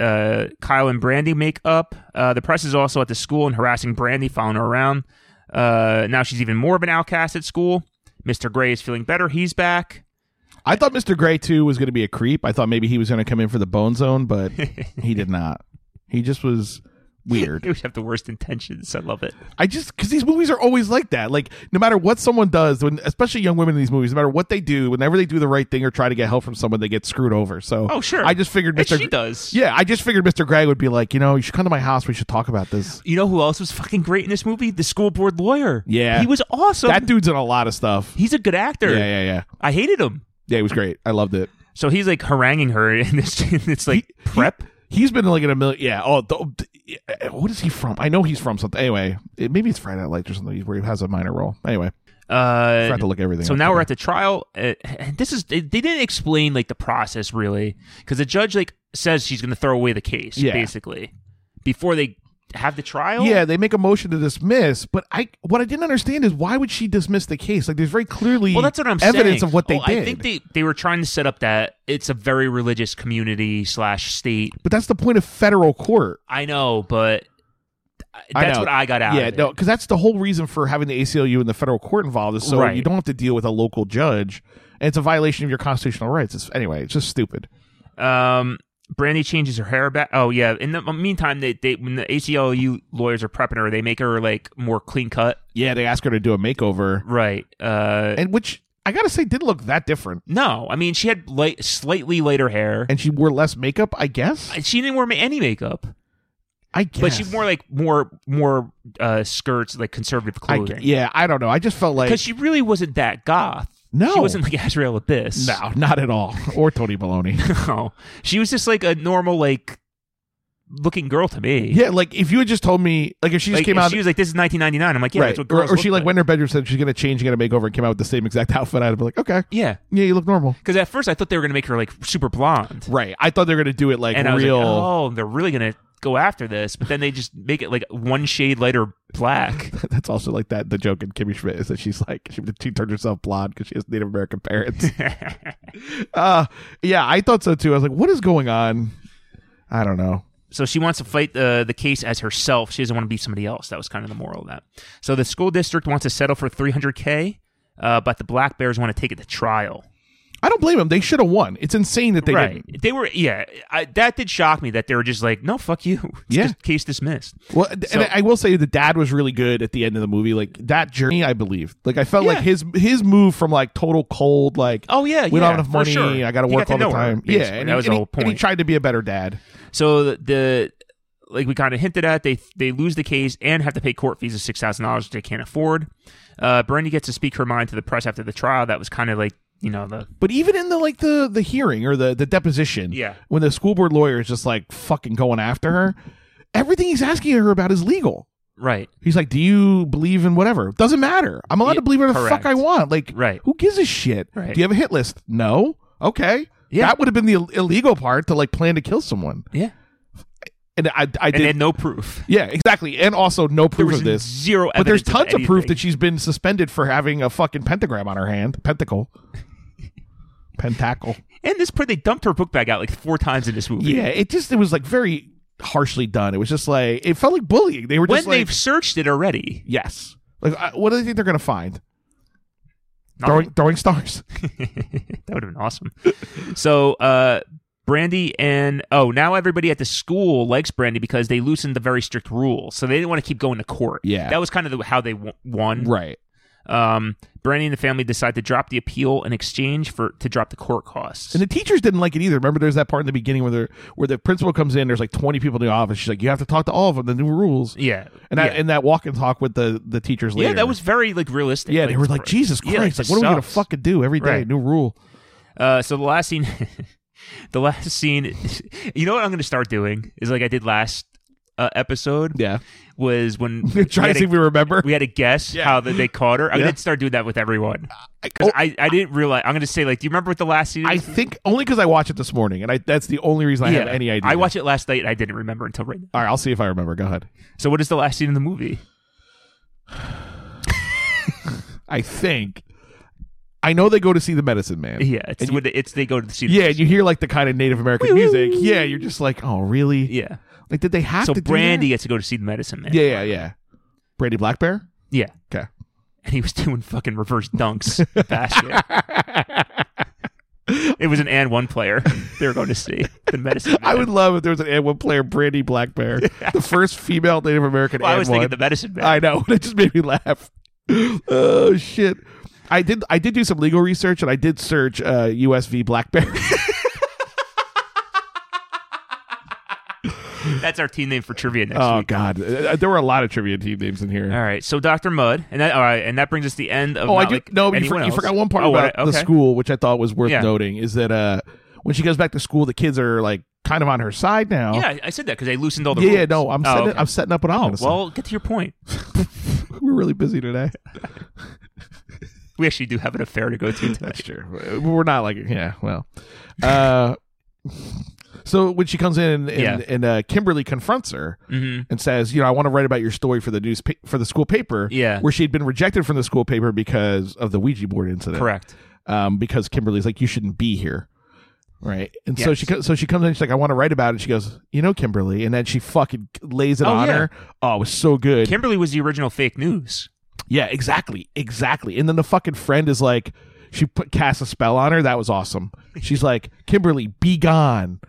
Speaker 1: Uh, Kyle and Brandy make up. Uh, the press is also at the school and harassing Brandy, following her around. Uh, now she's even more of an outcast at school. Mr. Gray is feeling better. He's back.
Speaker 2: I thought Mr. Gray too was going to be a creep. I thought maybe he was going to come in for the bone zone, but he did not. He just was
Speaker 1: They
Speaker 2: weird.
Speaker 1: always have the worst intentions. I love it.
Speaker 2: I just because these movies are always like that. Like no matter what someone does, when especially young women in these movies, no matter what they do, whenever they do the right thing or try to get help from someone, they get screwed over. So
Speaker 1: Oh, sure.
Speaker 2: I just figured
Speaker 1: And
Speaker 2: Mr.
Speaker 1: she does.
Speaker 2: Yeah, I just figured Mr. Gray would be like, you know, you should come to my house. We should talk about this.
Speaker 1: You know who else was fucking great in this movie? The school board lawyer.
Speaker 2: Yeah.
Speaker 1: He was awesome.
Speaker 2: that dude's in a lot of stuff.
Speaker 1: He's a good actor.
Speaker 2: Yeah, yeah, yeah.
Speaker 1: I hated him.
Speaker 2: Yeah, he was great. I loved it.
Speaker 1: So he's like haranguing her, and it's, it's like prep.
Speaker 2: He, has been like in a million. Yeah. Oh, th- yeah, what is he from? I know he's from something. Anyway, it, maybe it's Friday Night Lights or something where he has a minor role. Anyway, I
Speaker 1: Uh,
Speaker 2: forgot to look everything.
Speaker 1: so
Speaker 2: up
Speaker 1: now we're
Speaker 2: today.
Speaker 1: at the trial. Uh, and this is they, they didn't explain like the process really, because the judge like says she's going to throw away the case
Speaker 2: Yeah.
Speaker 1: basically before they have the trial.
Speaker 2: Yeah, they make a motion to dismiss, but I what I didn't understand is why would she dismiss the case? Like, there's very clearly
Speaker 1: Well, that's what I'm saying.
Speaker 2: evidence of what they
Speaker 1: Oh,
Speaker 2: did.
Speaker 1: I think they, they were trying to set up that it's a very religious community slash state.
Speaker 2: but that's the point of federal court.
Speaker 1: I know, but that's
Speaker 2: I know.
Speaker 1: what I got out.
Speaker 2: Yeah,
Speaker 1: of it.
Speaker 2: no, because that's the whole reason for having the ACLU and the federal court involved is so
Speaker 1: Right.
Speaker 2: you don't have to deal with a local judge, and it's a violation of your constitutional rights. It's, anyway, it's just stupid.
Speaker 1: Um, Brandy changes her hair back. Oh yeah. In the meantime, they, they when the ACLU lawyers are prepping her, they make her like more clean cut.
Speaker 2: Yeah, they asked her to do a makeover,
Speaker 1: Right. Uh,
Speaker 2: and which I gotta say didn't look that different.
Speaker 1: no, I mean she had light, slightly lighter hair,
Speaker 2: And she wore less makeup, I guess.
Speaker 1: and she didn't wear ma- any makeup,
Speaker 2: I guess,
Speaker 1: but she wore like more more uh skirts, like conservative
Speaker 2: I,
Speaker 1: clothing.
Speaker 2: yeah, I don't know. I just felt like
Speaker 1: Because she really wasn't that goth.
Speaker 2: No.
Speaker 1: she wasn't like Azrael Abyss.
Speaker 2: no, not at all. Or Tony Baloney.
Speaker 1: no, she was just like a normal like looking girl to me.
Speaker 2: Yeah, like if you had just told me, like if she just
Speaker 1: Like,
Speaker 2: came
Speaker 1: if
Speaker 2: out,
Speaker 1: she was like, "This is 1999." I'm like, "Yeah,
Speaker 2: right,
Speaker 1: that's what
Speaker 2: or,
Speaker 1: girls
Speaker 2: or she
Speaker 1: look
Speaker 2: like went in her bedroom said she's gonna change, and gonna makeover, and came out with the same exact outfit, I'd be like, okay,
Speaker 1: Yeah,
Speaker 2: yeah, you look normal.
Speaker 1: because at first I thought they were gonna make her like super blonde,
Speaker 2: Right, I thought they were gonna do it like
Speaker 1: and I was
Speaker 2: real.
Speaker 1: like, "Oh, they're really gonna go after this," but then they just make it like one shade lighter black.
Speaker 2: That's also like that. The joke in Kimmy Schmidt is that she's like she, she turned herself blonde because she has Native American parents. uh, yeah, I thought so too. I was like, what is going on? I don't know.
Speaker 1: so she wants to fight the the case as herself. She doesn't want to be somebody else. That was kind of the moral of that. So the school district wants to settle for 300k, uh, but the Black Bears want to take it to trial.
Speaker 2: I don't blame them. They should have won. It's insane that they didn't.
Speaker 1: They were yeah. I, that did shock me that they were just like, no, fuck you. It's
Speaker 2: Yeah.
Speaker 1: just case dismissed.
Speaker 2: Well, th-
Speaker 1: So-
Speaker 2: and I will say the dad was really good at the end of the movie. Like that journey, I believe. Like I felt
Speaker 1: Yeah.
Speaker 2: like his his move from like total cold, like
Speaker 1: Oh, yeah, yeah,
Speaker 2: we don't have enough
Speaker 1: for
Speaker 2: money.
Speaker 1: sure.
Speaker 2: I got to
Speaker 1: He
Speaker 2: work
Speaker 1: got to
Speaker 2: all the
Speaker 1: know her,
Speaker 2: time.
Speaker 1: basically.
Speaker 2: yeah, and
Speaker 1: That
Speaker 2: he,
Speaker 1: was
Speaker 2: and
Speaker 1: the
Speaker 2: he-
Speaker 1: whole
Speaker 2: And he
Speaker 1: point.
Speaker 2: tried to be a better dad.
Speaker 1: So the, the like we kind of hinted at, they they lose the case and have to pay court fees of six thousand dollars which they can't afford. Uh, Brandy gets to speak her mind to the press after the trial. That was kind of like you know the
Speaker 2: But even in the like the the hearing or the the deposition,
Speaker 1: Yeah.
Speaker 2: when the school board lawyer is just like fucking going after her, everything he's asking her about is legal.
Speaker 1: right.
Speaker 2: He's like, "Do you believe in whatever?" Doesn't matter. I'm allowed
Speaker 1: Yeah,
Speaker 2: to believe whatever the
Speaker 1: correct.
Speaker 2: fuck I want. Like,
Speaker 1: Right.
Speaker 2: Who gives a shit?
Speaker 1: Right.
Speaker 2: Do you have a hit list? No. Okay.
Speaker 1: Yeah.
Speaker 2: That would have been the ill- illegal part to like plan to kill someone.
Speaker 1: Yeah,
Speaker 2: And I, I
Speaker 1: and
Speaker 2: did.
Speaker 1: they had no proof.
Speaker 2: yeah, exactly. And also no proof
Speaker 1: was
Speaker 2: of this.
Speaker 1: zero
Speaker 2: But there's
Speaker 1: evidence of
Speaker 2: tons of, proof
Speaker 1: anything.
Speaker 2: that she's been suspended for having a fucking pentagram on her hand. Pentacle. Pentacle.
Speaker 1: And this part, they dumped her book bag out like four times in this movie.
Speaker 2: Yeah, it just it was like very harshly done. It was just like it felt like bullying. They were
Speaker 1: When
Speaker 2: just like
Speaker 1: they've searched it already,
Speaker 2: yes. Like I, what do they think they're gonna find? Throwing
Speaker 1: nothing.
Speaker 2: throwing stars.
Speaker 1: that would have been awesome. so, uh, Brandy and oh, now everybody at the school likes Brandy because they loosened the very strict rules, so they didn't want to keep going to court.
Speaker 2: Yeah.
Speaker 1: that was kind of the, how they w- won.
Speaker 2: right.
Speaker 1: Um, Brandy and the family decide to drop the appeal in exchange for to drop the court costs.
Speaker 2: And the teachers didn't like it either. Remember, there's that part in the beginning where the where the principal comes in. There's like 20 people in the office. She's like, "You have to talk to all of them. The new rules."
Speaker 1: yeah,
Speaker 2: And
Speaker 1: yeah.
Speaker 2: that and that walk and talk with the the teachers later.
Speaker 1: yeah, that was very like realistic.
Speaker 2: Yeah, they were like,
Speaker 1: for-
Speaker 2: "Jesus
Speaker 1: yeah, it
Speaker 2: Christ! like,
Speaker 1: just
Speaker 2: what are we gonna
Speaker 1: sucks.
Speaker 2: fucking do every day?
Speaker 1: Right.
Speaker 2: New rule."
Speaker 1: Uh, so the last scene, the last scene, you know what I'm going to start doing is like I did last uh, episode.
Speaker 2: Yeah.
Speaker 1: was when we
Speaker 2: Try to
Speaker 1: had
Speaker 2: see if we
Speaker 1: a,
Speaker 2: remember.
Speaker 1: we had to guess
Speaker 2: Yeah.
Speaker 1: how that they caught her. I'm
Speaker 2: Yeah.
Speaker 1: going to start doing that with everyone
Speaker 2: oh.
Speaker 1: because I, I didn't realize. I'm going to say like, do you remember what the last scene?
Speaker 2: I
Speaker 1: is?
Speaker 2: think only because I watched it this morning, and I that's the only reason I have any idea.
Speaker 1: I watched it last night and I didn't remember until right now.
Speaker 2: All right, I'll see if I remember. Go ahead.
Speaker 1: So what is the last scene in the movie?
Speaker 2: I think I know they go to see the Medicine Man.
Speaker 1: Yeah, it's
Speaker 2: And you-
Speaker 1: when they, it's they go to the scene.
Speaker 2: yeah. and You hear like the kind of Native American music. Yeah, you're just like, oh, really?
Speaker 1: yeah.
Speaker 2: Like, did they have
Speaker 1: So
Speaker 2: to? do
Speaker 1: Brandy
Speaker 2: that?
Speaker 1: gets to go to see the medicine man.
Speaker 2: Yeah, yeah, yeah. Brandy Black Bear.
Speaker 1: yeah.
Speaker 2: Okay.
Speaker 1: And he was doing fucking reverse dunks, basket. It was an and one player they were going to see the medicine. Man.
Speaker 2: I would love if there was an and one player, Brandy Black Bear, the first female Native American.
Speaker 1: Well, I was
Speaker 2: and
Speaker 1: thinking
Speaker 2: one.
Speaker 1: the medicine man.
Speaker 2: I know. It just made me laugh. oh shit! I did. I did do some legal research, and I did search uh, USV Black Bear.
Speaker 1: That's our team name for trivia next
Speaker 2: oh
Speaker 1: week.
Speaker 2: god, Uh, there were a lot of trivia team names in here.
Speaker 1: All right, so Doctor Mud, and that all right, and that brings us to the end of.
Speaker 2: Oh, I
Speaker 1: not,
Speaker 2: do.
Speaker 1: like,
Speaker 2: no, you,
Speaker 1: anyone
Speaker 2: for, you
Speaker 1: else.
Speaker 2: forgot one part
Speaker 1: Oh,
Speaker 2: about
Speaker 1: what I-
Speaker 2: the
Speaker 1: okay.
Speaker 2: school, which I thought was worth
Speaker 1: Yeah.
Speaker 2: noting. Is that uh, when she goes back to school, the kids are like kind of on her side now.
Speaker 1: Yeah, I- I said that because they loosened all the
Speaker 2: yeah,
Speaker 1: rules.
Speaker 2: yeah, no, I'm
Speaker 1: Oh,
Speaker 2: setting,
Speaker 1: okay.
Speaker 2: I'm setting up an office.
Speaker 1: Well, get to your point.
Speaker 2: we're really busy today.
Speaker 1: We actually do have an affair to go to tonight.
Speaker 2: Sure, we're not like yeah. Well, uh, so when she comes in and, and,
Speaker 1: Yeah. Mm-hmm.
Speaker 2: and, uh, Kimberly confronts her and says, you know, I want to write about your story for the news for the school paper.
Speaker 1: Yeah.
Speaker 2: where she'd been rejected from the school paper because of the Ouija board incident.
Speaker 1: Correct.
Speaker 2: um, because Kimberly's like, you shouldn't be here. Right. And so
Speaker 1: Yes.
Speaker 2: she co- so she comes in, she's like, I want to write about it. She goes, You know, Kimberly. And then she fucking lays it
Speaker 1: Oh,
Speaker 2: on
Speaker 1: yeah.
Speaker 2: her. Oh, it was so good.
Speaker 1: Kimberly was the original fake news.
Speaker 2: yeah, exactly. Exactly. And then the fucking friend is like, she put casts a spell on her. That was awesome. She's like, Kimberly, be gone.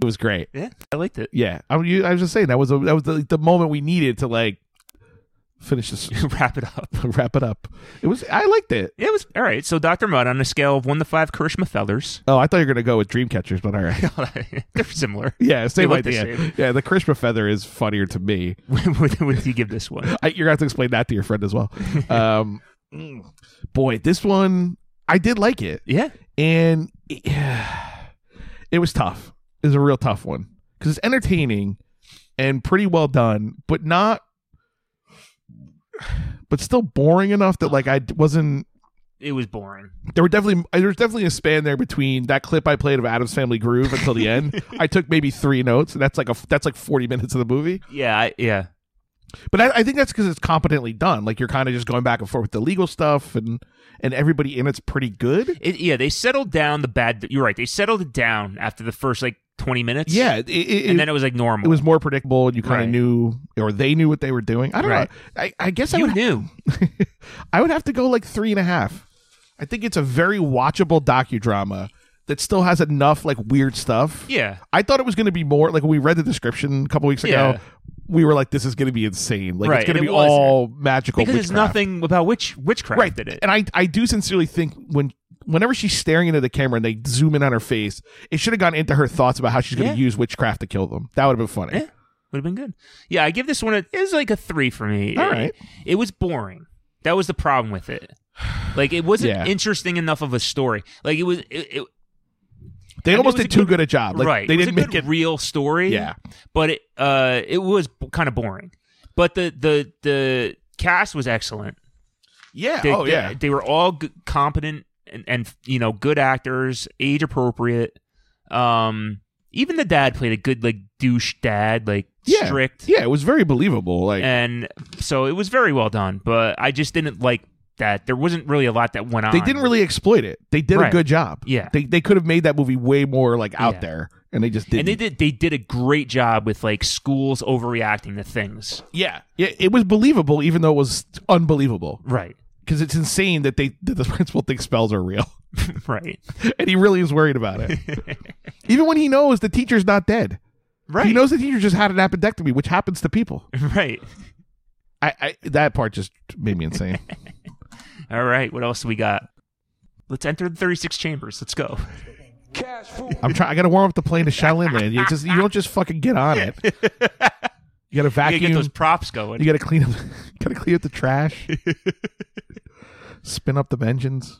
Speaker 2: It was great.
Speaker 1: Yeah, I liked it.
Speaker 2: Yeah. I, mean, you- I was just saying that was a, that was the, the moment we needed to like finish this
Speaker 1: Wrap it up.
Speaker 2: wrap it up. It was I liked it.
Speaker 1: It was all right. So Doctor Mud on a scale of one to five Karishma feathers.
Speaker 2: Oh, I thought you were gonna go with Dreamcatchers, but all right.
Speaker 1: They're similar.
Speaker 2: Yeah, same
Speaker 1: look the
Speaker 2: idea.
Speaker 1: same.
Speaker 2: Yeah, the Krishna feather is funnier to me.
Speaker 1: what what would you give this one?
Speaker 2: I, you're gonna have to explain that to your friend as well. Um, mm, boy, this one I did like it,
Speaker 1: Yeah.
Speaker 2: and it, it was tough. It was a real tough one because it's entertaining, and pretty well done, but not, but still boring enough that like I d- wasn't.
Speaker 1: It was boring.
Speaker 2: There were definitely there was definitely a span there between that clip I played of Adam's Family Groove until the end. I took maybe three notes, and that's like a that's like forty minutes of the movie.
Speaker 1: Yeah, I, yeah.
Speaker 2: But I, I think that's because it's competently done. Like you're kind of just going back and forth with the legal stuff, and and everybody in it's pretty good.
Speaker 1: It, yeah, they settled down the bad. You're right. They settled it down after the first like 20 minutes.
Speaker 2: Yeah, it, it,
Speaker 1: and then it was like normal.
Speaker 2: it was more predictable, and you kind of
Speaker 1: Right.
Speaker 2: knew, or they knew what they were doing. I don't
Speaker 1: Right.
Speaker 2: know. I, I guess I
Speaker 1: you
Speaker 2: would
Speaker 1: knew.
Speaker 2: I would have to go like three and a half. I think it's a very watchable docudrama that still has enough like weird stuff.
Speaker 1: Yeah.
Speaker 2: I thought it was going to be more like when we read the description a couple weeks ago.
Speaker 1: Yeah.
Speaker 2: We were like, "This is going to be insane! Like it's
Speaker 1: Right,
Speaker 2: going to
Speaker 1: and
Speaker 2: be
Speaker 1: it wasn't.
Speaker 2: all magical
Speaker 1: Because there's
Speaker 2: witchcraft."
Speaker 1: nothing about witch witchcraft
Speaker 2: right
Speaker 1: in it.
Speaker 2: and i i do sincerely think when whenever she's staring into the camera and they zoom in on her face it should have gone into her thoughts about how she's going
Speaker 1: Yeah.
Speaker 2: to use witchcraft to kill them that would have been funny
Speaker 1: Yeah, would have been good. Yeah, I give this one a it was like a three for me.
Speaker 2: All
Speaker 1: it,
Speaker 2: right.
Speaker 1: it was boring. That was the problem with it. Like it wasn't
Speaker 2: Yeah.
Speaker 1: interesting enough of a story. Like it was. It, it,
Speaker 2: they
Speaker 1: And it
Speaker 2: almost
Speaker 1: was
Speaker 2: did
Speaker 1: a
Speaker 2: too
Speaker 1: good-
Speaker 2: good a job Uh, like
Speaker 1: right.
Speaker 2: they
Speaker 1: it was
Speaker 2: didn't
Speaker 1: a
Speaker 2: make
Speaker 1: good
Speaker 2: it
Speaker 1: real story.
Speaker 2: Yeah.
Speaker 1: but it uh it was kind of boring. But the the the cast was excellent.
Speaker 2: yeah
Speaker 1: They,
Speaker 2: oh
Speaker 1: they-
Speaker 2: yeah
Speaker 1: they, were all g- competent and, and you know good actors, age appropriate. Um, even the dad played a good like douche dad, like
Speaker 2: yeah
Speaker 1: strict. Eh,
Speaker 2: yeah it was very believable like
Speaker 1: and so it was very well done but i just didn't like that there wasn't really a lot that went on
Speaker 2: they didn't really exploit it they did a
Speaker 1: Right.
Speaker 2: good job
Speaker 1: Yeah.
Speaker 2: they, they could have made that movie way more like out
Speaker 1: Yeah.
Speaker 2: there and they just didn't
Speaker 1: and they did they did a great job with like schools overreacting to things
Speaker 2: yeah yeah it was believable even though it was unbelievable
Speaker 1: right
Speaker 2: because it's insane that they that the principal thinks spells are real
Speaker 1: right
Speaker 2: and he really is worried about it. Even when he knows the teacher's not dead,
Speaker 1: right
Speaker 2: he knows the teacher just had an appendectomy, which happens to people.
Speaker 1: right
Speaker 2: I, I that part just made me insane.
Speaker 1: all right what else we got let's enter the 36 chambers let's go
Speaker 2: I'm trying. I got to warm up the plane to Shaolin Land. You just you don't just fucking get on it. You got to
Speaker 1: I gotta
Speaker 2: vacuum.
Speaker 1: get those props
Speaker 2: you
Speaker 1: going
Speaker 2: got to clean up. Got to clean up the trash. Spin up the engines.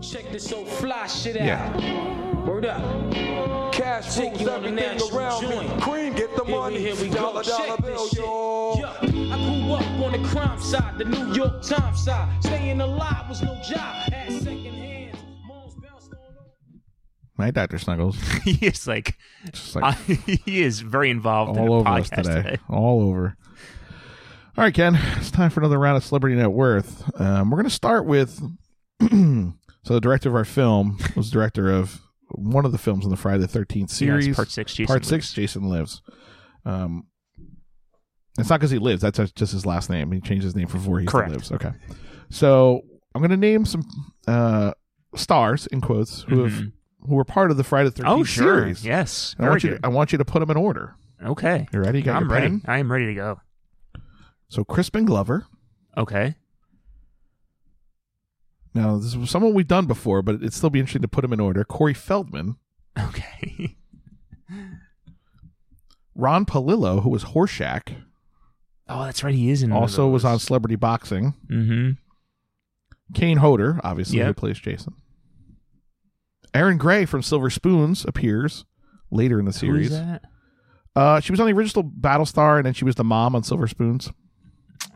Speaker 8: Check this old fly shit out.
Speaker 2: Yeah,
Speaker 8: Word up.
Speaker 9: Cash
Speaker 8: Take
Speaker 9: rules
Speaker 8: you on the
Speaker 9: everything
Speaker 8: national
Speaker 9: around me.
Speaker 8: joint.
Speaker 9: Cream, get the
Speaker 8: Here
Speaker 9: money.
Speaker 8: we, here we go.
Speaker 9: dollar, dollar
Speaker 8: Check
Speaker 9: bill,
Speaker 8: this shit.
Speaker 9: yo.
Speaker 8: Yo, I grew up on the crime side, the New York Times side. Staying alive was no job. Had second hands. Moms bounced on over.
Speaker 2: my Doctor Snuggles
Speaker 1: he is like
Speaker 2: just like
Speaker 1: I, he is very involved in
Speaker 2: all
Speaker 1: the
Speaker 2: over us
Speaker 1: podcast
Speaker 2: today. All over. All right, Ken. It's time for another round of Celebrity Net Worth. Um, we're going to start with. so the director of our film was director of one of the films in the Friday the Thirteenth
Speaker 1: Yeah, it's
Speaker 2: series,
Speaker 1: part six jason
Speaker 2: Part
Speaker 1: Lives.
Speaker 2: six. Jason lives. Um, it's not because he lives. That's just his last name. He changed his name from Voorhees to
Speaker 1: Correct.
Speaker 2: lives. Okay. So I'm going to name some uh, stars in quotes who have who were part of the Friday the Thirteenth
Speaker 1: Mm-hmm. oh sure
Speaker 2: series.
Speaker 1: yes
Speaker 2: I
Speaker 1: very
Speaker 2: want you.
Speaker 1: good.
Speaker 2: To, I want you to put them in order.
Speaker 1: okay
Speaker 2: You ready? You got
Speaker 1: i'm
Speaker 2: your
Speaker 1: ready
Speaker 2: pen?
Speaker 1: i am ready to go
Speaker 2: So Crispin Glover.
Speaker 1: okay
Speaker 2: Now this is someone we've done before, but it'd still be interesting to put him in order. Corey Feldman,
Speaker 1: okay
Speaker 2: Ron Palillo, who was Horshack,
Speaker 1: Oh, that's right. He is in.
Speaker 2: also was on Celebrity Boxing.
Speaker 1: Mm-hmm.
Speaker 2: Kane Hodder, obviously, who
Speaker 1: Yep.
Speaker 2: plays Jason. Aaron Gray from Silver Spoons appears later in the series. Uh, she was on the original Battlestar, and then she was the mom on Silver Spoons.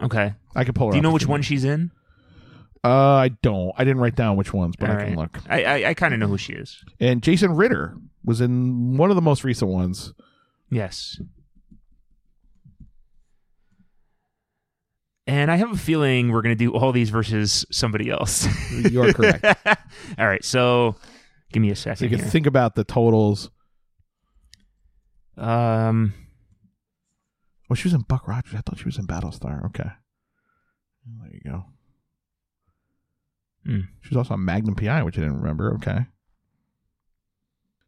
Speaker 1: Okay.
Speaker 2: I can pull her.
Speaker 1: Do you
Speaker 2: up
Speaker 1: know
Speaker 2: if
Speaker 1: which one she's in?
Speaker 2: Uh, I don't. I didn't write down which ones, but
Speaker 1: All
Speaker 2: I can
Speaker 1: right.
Speaker 2: look.
Speaker 1: I I, I kind of know who she is.
Speaker 2: And Jason Ritter was in one of the most recent ones.
Speaker 1: Yes. And I have a feeling we're going to do all these versus somebody else.
Speaker 2: You are correct.
Speaker 1: all right. So, give me a second.
Speaker 2: So you can
Speaker 1: here.
Speaker 2: think about the totals.
Speaker 1: um.
Speaker 2: Well, Oh, she was in Buck Rogers. I thought she was in Battlestar. Okay. There you go.
Speaker 1: Hmm.
Speaker 2: She was also on Magnum PI, which I didn't remember. Okay.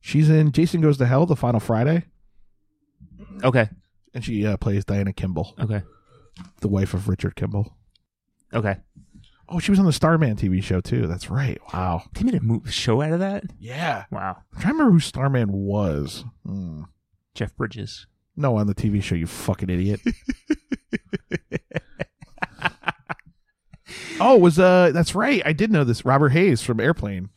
Speaker 2: She's in Jason Goes to Hell, The Final Friday,
Speaker 1: Okay.
Speaker 2: and she uh, plays Diana Kimball,
Speaker 1: Okay.
Speaker 2: the wife of Richard Kimball.
Speaker 1: Okay.
Speaker 2: Oh, she was on the Starman TV show, too. That's right. Wow.
Speaker 1: They made a mo- show out of that.
Speaker 2: Yeah.
Speaker 1: Wow.
Speaker 2: I'm trying to remember who Starman was. Hmm.
Speaker 1: Jeff Bridges.
Speaker 2: No, on the TV show, you fucking idiot. oh, was uh that's right. I did know this. Robert Hayes from Airplane.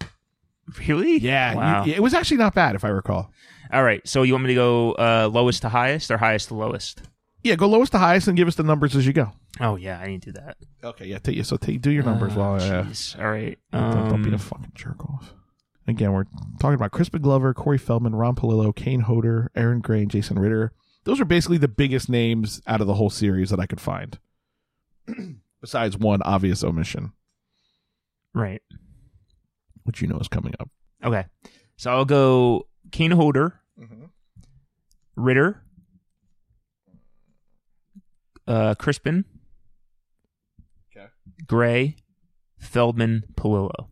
Speaker 1: Really?
Speaker 2: Yeah, you-
Speaker 1: Wow.
Speaker 2: yeah, it was actually not bad if I recall.
Speaker 1: All right. So you want me to go uh, lowest to highest or highest to lowest?
Speaker 2: Yeah, go lowest to highest and give us the numbers as you go.
Speaker 1: Oh yeah, I need to do that.
Speaker 2: Okay, yeah, take, so take, do your numbers while I, uh,
Speaker 1: Jeez. All right.
Speaker 2: don't, don't be
Speaker 1: um,
Speaker 2: a fucking jerk off. Again, we're talking about Crispin Glover, Corey Feldman, Ron Palillo, Kane Hoder, Aaron Gray, and Jason Ritter. Those are basically the biggest names out of the whole series that I could find, besides one obvious omission,
Speaker 1: right.
Speaker 2: which you know is coming up.
Speaker 1: Okay. So I'll go Kane Holder, Ritter, uh, Crispin,
Speaker 2: Okay.
Speaker 1: Gray, Feldman, Palillo.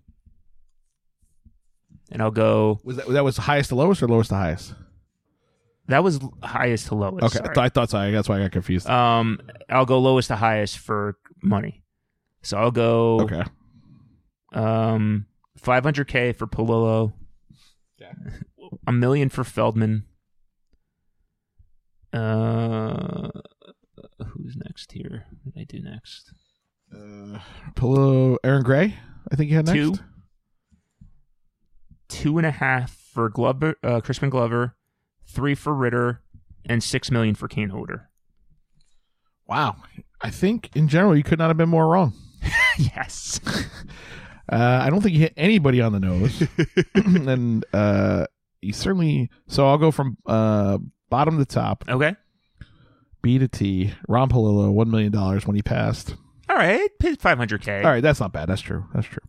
Speaker 1: And I'll go.
Speaker 2: Was that that was highest to lowest or lowest to highest?
Speaker 1: That was l- highest to lowest.
Speaker 2: Okay,
Speaker 1: sorry.
Speaker 2: I, thought- I thought so. I- That's why I got confused.
Speaker 1: Um, I'll go lowest to highest for money. So I'll go
Speaker 2: okay,
Speaker 1: um 500k for Palillo. A million for Feldman. Uh, who's next here? What did I do next?
Speaker 2: Palillo, Aaron Gray. I think you had next.
Speaker 1: Two. Two and a half for Glover, uh, Crispin Glover, three for Ritter, and six million for Kane Holder.
Speaker 2: Wow, I think in general you could not have been more wrong.
Speaker 1: yes.
Speaker 2: Uh, I don't think he hit anybody on the nose, and uh, he certainly. So I'll go from uh, bottom to top,
Speaker 1: Okay.
Speaker 2: B to T. Ron Palillo, one million dollars when he passed.
Speaker 1: All right. 500k.
Speaker 2: All right, that's not bad. That's true. That's true.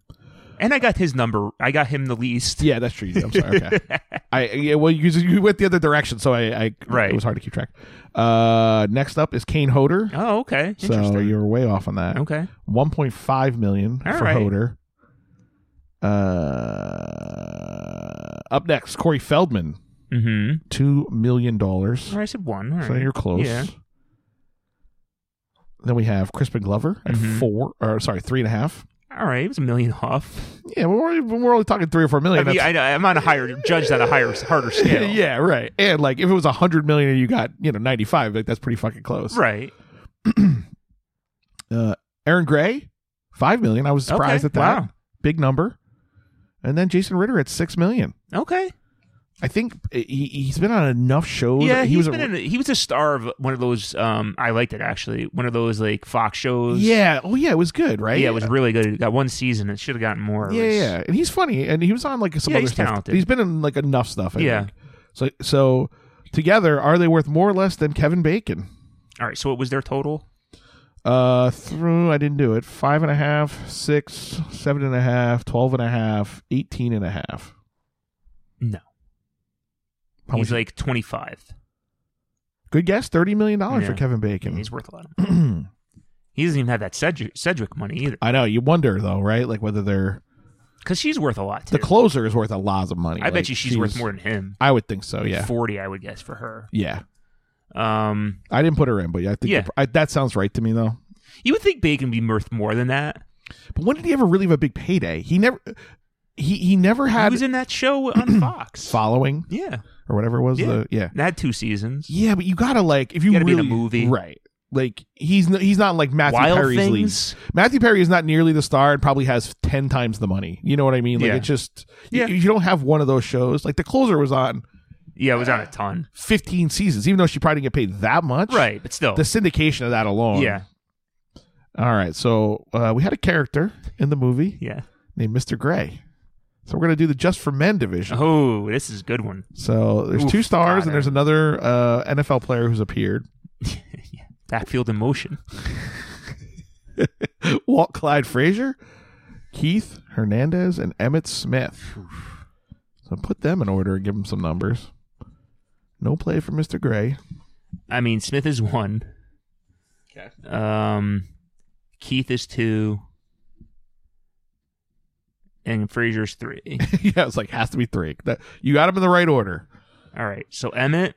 Speaker 1: And I got his number. I got him the least.
Speaker 2: Yeah, that's true. I'm sorry. Okay. I yeah, well you, you went the other direction, so I, I
Speaker 1: Right.
Speaker 2: It was hard to keep track. Uh, next up is Kane Hoder.
Speaker 1: Oh, okay.
Speaker 2: so
Speaker 1: Interesting.
Speaker 2: you were way off on that.
Speaker 1: okay.
Speaker 2: 1.5 million
Speaker 1: All
Speaker 2: for
Speaker 1: right.
Speaker 2: Hoder. Uh, up next, Corey Feldman,
Speaker 1: Mm-hmm.
Speaker 2: two million dollars.
Speaker 1: I said one. All
Speaker 2: So
Speaker 1: right.
Speaker 2: you're close.
Speaker 1: Yeah.
Speaker 2: Then we have Crispin Glover at
Speaker 1: Mhm.
Speaker 2: four, or sorry, three and a half.
Speaker 1: All right. It was a million off.
Speaker 2: Yeah, we're only, we're only talking three or four
Speaker 1: I
Speaker 2: million.
Speaker 1: mean,
Speaker 2: That's-
Speaker 1: I, I'm on a higher judged on a higher, harder scale.
Speaker 2: yeah, right. And like, if it was a hundred million and you got you know ninety five, like that's pretty fucking close.
Speaker 1: Right.
Speaker 2: Uh, Aaron Gray, five million. I was surprised
Speaker 1: Okay,
Speaker 2: at that.
Speaker 1: wow.
Speaker 2: Big number. And then Jason Ritter at six million.
Speaker 1: Okay.
Speaker 2: I think eh, he, he's been on enough shows.
Speaker 1: yeah,
Speaker 2: he was a-
Speaker 1: been in, he was a star of one of those. Um, I liked it actually. One of those like Fox shows.
Speaker 2: yeah. Oh yeah, it was good, right?
Speaker 1: Yeah, it was really good. It got one season. It should have gotten more. It
Speaker 2: Yeah,
Speaker 1: was-
Speaker 2: yeah, and he's funny, and he was on like some
Speaker 1: Yeah,
Speaker 2: other
Speaker 1: he's
Speaker 2: stuff.
Speaker 1: talented.
Speaker 2: He's been in like enough stuff. I
Speaker 1: Yeah.
Speaker 2: think. So so together, are they worth more or less than Kevin Bacon?
Speaker 1: All right. So what was their total?
Speaker 2: Uh, through I didn't do it. Five and a half, six, seven and a half, twelve and a half, eighteen and a half.
Speaker 1: No.
Speaker 2: How
Speaker 1: he's
Speaker 2: much-
Speaker 1: like 25.
Speaker 2: Good guess, thirty million dollars for
Speaker 1: Yeah.
Speaker 2: Kevin Bacon.
Speaker 1: He's worth a lot. Of money. he doesn't even have that Cedric, Cedric money either,
Speaker 2: I know you wonder though, right? Like whether they're
Speaker 1: because she's worth a lot too.
Speaker 2: the closer is worth a lot of money.
Speaker 1: I
Speaker 2: Like,
Speaker 1: bet you she's worth more than him.
Speaker 2: I would think so. Yeah,
Speaker 1: 40, I would guess for her.
Speaker 2: yeah.
Speaker 1: Um,
Speaker 2: I didn't put her in, but yeah, I think
Speaker 1: Yeah.
Speaker 2: I, that sounds right to me though.
Speaker 1: You would think Bacon would be worth more than that.
Speaker 2: But when did he ever really have a big payday? He never. He he never
Speaker 1: He
Speaker 2: had
Speaker 1: was in that show on Fox.
Speaker 2: following
Speaker 1: Yeah,
Speaker 2: or whatever it was.
Speaker 1: Yeah.
Speaker 2: The, yeah.
Speaker 1: And that had two seasons.
Speaker 2: Yeah, but you gotta like if you,
Speaker 1: gotta be
Speaker 2: really,
Speaker 1: in a movie.
Speaker 2: right? Like he's no, he's not like Matthew
Speaker 1: Wild
Speaker 2: Perry's league.
Speaker 1: Things?
Speaker 2: Matthew Perry is not nearly the star and probably has ten times the money. You know what I mean? Like
Speaker 1: Yeah.
Speaker 2: it just
Speaker 1: Yeah.
Speaker 2: you, you don't have one of those shows. Like the closer was on
Speaker 1: Yeah, it was on a ton.
Speaker 2: fifteen seasons, even though she probably didn't get paid that much.
Speaker 1: Right, but still.
Speaker 2: The syndication of that alone.
Speaker 1: yeah,
Speaker 2: All right. So uh, we had a character in the movie
Speaker 1: yeah.
Speaker 2: named Mr. Gray. So we're gonna do the Just for Men division.
Speaker 1: Oh, this is a good one.
Speaker 2: So there's
Speaker 1: Oof,
Speaker 2: two stars,
Speaker 1: God,
Speaker 2: and there's another uh, NFL player who's appeared.
Speaker 1: Backfield in motion.
Speaker 2: Walt Clyde Frazier, Keith Hernandez, and Emmett Smith. So put them in order and give them some numbers. No play for Mr. Gray.
Speaker 1: I mean, Smith is one. Okay. Um, Keith is two. And Frazier's three.
Speaker 2: yeah, it's like has to be three. That- you got them in the right order.
Speaker 1: All right. So Emmett,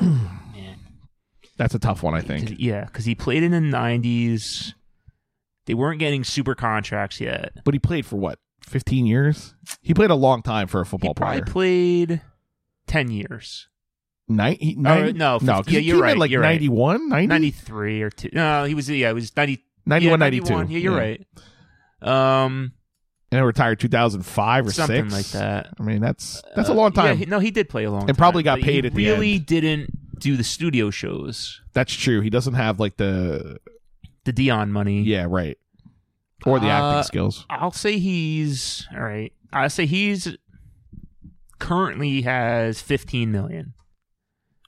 Speaker 1: man,
Speaker 2: That's a tough one, I
Speaker 1: 'Cause-
Speaker 2: think.
Speaker 1: yeah, because he played in the '90s. They weren't getting super contracts yet.
Speaker 2: But he played for what? 15 years? He played a long time for a
Speaker 1: He
Speaker 2: football
Speaker 1: probably
Speaker 2: player.
Speaker 1: played ten years,
Speaker 2: Nine, he, nine,
Speaker 1: Oh, no,
Speaker 2: 'cause
Speaker 1: yeah,
Speaker 2: he
Speaker 1: you're
Speaker 2: came in
Speaker 1: right,
Speaker 2: like
Speaker 1: you're right.
Speaker 2: 91, 90?
Speaker 1: ninety three or two. No, he was yeah, he was 90,
Speaker 2: 91,
Speaker 1: yeah,
Speaker 2: 92.
Speaker 1: Yeah, you're right. Um,
Speaker 2: and then retired 2005 or
Speaker 1: something
Speaker 2: six.
Speaker 1: like that. Uh,
Speaker 2: I mean, that's that's a long time.
Speaker 1: Yeah, he- no, he did play a long time.
Speaker 2: And probably got
Speaker 1: but he
Speaker 2: paid at the
Speaker 1: really
Speaker 2: end.
Speaker 1: didn't do the studio shows.
Speaker 2: That's true. He doesn't have like the
Speaker 1: The Dion money.
Speaker 2: yeah right or the
Speaker 1: Uh,
Speaker 2: acting skills.
Speaker 1: I'll say he's all right. I'll say he's currently has 15 million.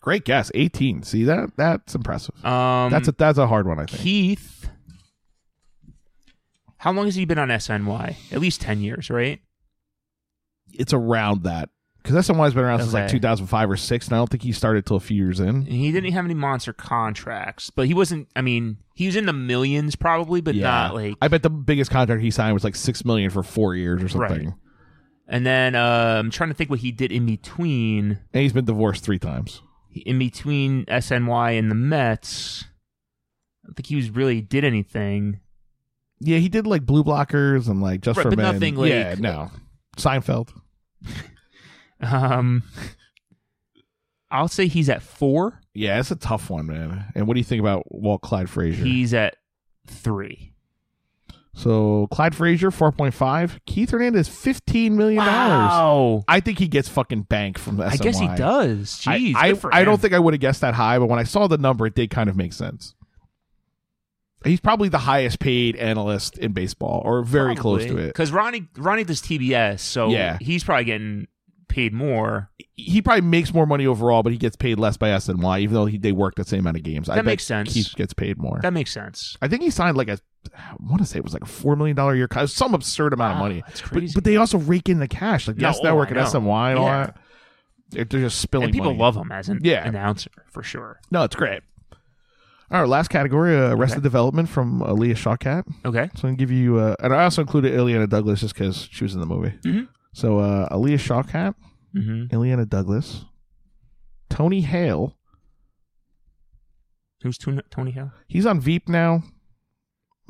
Speaker 2: Great guess, 18. See that that's impressive.
Speaker 1: Um,
Speaker 2: that's a that's a hard one. I think
Speaker 1: Keith. How long has he been on SNY? At least 10 years, right?
Speaker 2: it's around that because SNY's been around since like
Speaker 1: Okay.
Speaker 2: 2005 or six, and I don't think he started till a few years in.
Speaker 1: And he didn't have any monster contracts, but he wasn't. I mean, he was in the millions probably, but not like.
Speaker 2: I bet the biggest contract he signed was like six million for four years or something.
Speaker 1: Right. And then uh, I'm trying to think what he did in between.
Speaker 2: And he's been divorced three times.
Speaker 1: in between SNY and the Mets, I don't think he was really did anything.
Speaker 2: Yeah, he did like blue blockers and like just
Speaker 1: Right,
Speaker 2: for
Speaker 1: but
Speaker 2: men.
Speaker 1: nothing, like-
Speaker 2: yeah, no. Seinfeld.
Speaker 1: Um, I'll say he's at four.
Speaker 2: Yeah, it's a tough one, man. And what do you think about Walt Clyde Frazier?
Speaker 1: He's at three.
Speaker 2: so Clyde Frazier, four point five. Keith Hernandez, fifteen million dollars.
Speaker 1: Wow.
Speaker 2: I think he gets fucking bank from the
Speaker 1: I guess he
Speaker 2: SNY.
Speaker 1: does.
Speaker 2: I-
Speaker 1: Jeez,
Speaker 2: I,
Speaker 1: good for
Speaker 2: I
Speaker 1: him.
Speaker 2: don't think I would have guessed that high, but when I saw the number, it did kind of make sense. He's probably the highest paid analyst in baseball, or very close to it.
Speaker 1: because Ronnie Ronnie does TBS, so
Speaker 2: Yeah.
Speaker 1: he's probably getting paid more.
Speaker 2: He probably makes more money overall, but he gets paid less by SNY, even though he, they work the same amount of games. I
Speaker 1: That
Speaker 2: bet
Speaker 1: makes sense.
Speaker 2: Keith gets paid more.
Speaker 1: That makes sense.
Speaker 2: I think he signed like a, I want to say it was like a four million dollar a year, con- some absurd amount
Speaker 1: Wow,
Speaker 2: of money.
Speaker 1: that's
Speaker 2: But-
Speaker 1: crazy.
Speaker 2: But, they also rake in the cash, like
Speaker 1: No,
Speaker 2: Yes
Speaker 1: oh,
Speaker 2: Network
Speaker 1: I
Speaker 2: and
Speaker 1: know.
Speaker 2: SNY and all
Speaker 1: Yeah.
Speaker 2: that. They're, they're just spilling.
Speaker 1: And people
Speaker 2: money.
Speaker 1: love him as an
Speaker 2: Yeah.
Speaker 1: announcer for sure.
Speaker 2: No, it's great. All right, last category: uh, Arrested
Speaker 1: Okay.
Speaker 2: Development from uh, Leah Shawkat.
Speaker 1: Okay,
Speaker 2: So I'm gonna give you, uh, and I also included Ileana Douglas just because she was in the movie.
Speaker 1: Mm-hmm.
Speaker 2: So uh, Aaliyah Shawkat,
Speaker 1: hmm
Speaker 2: Ileana Douglas, Tony Hale.
Speaker 1: who's Tony Tony Hill?
Speaker 2: He's on Veep now.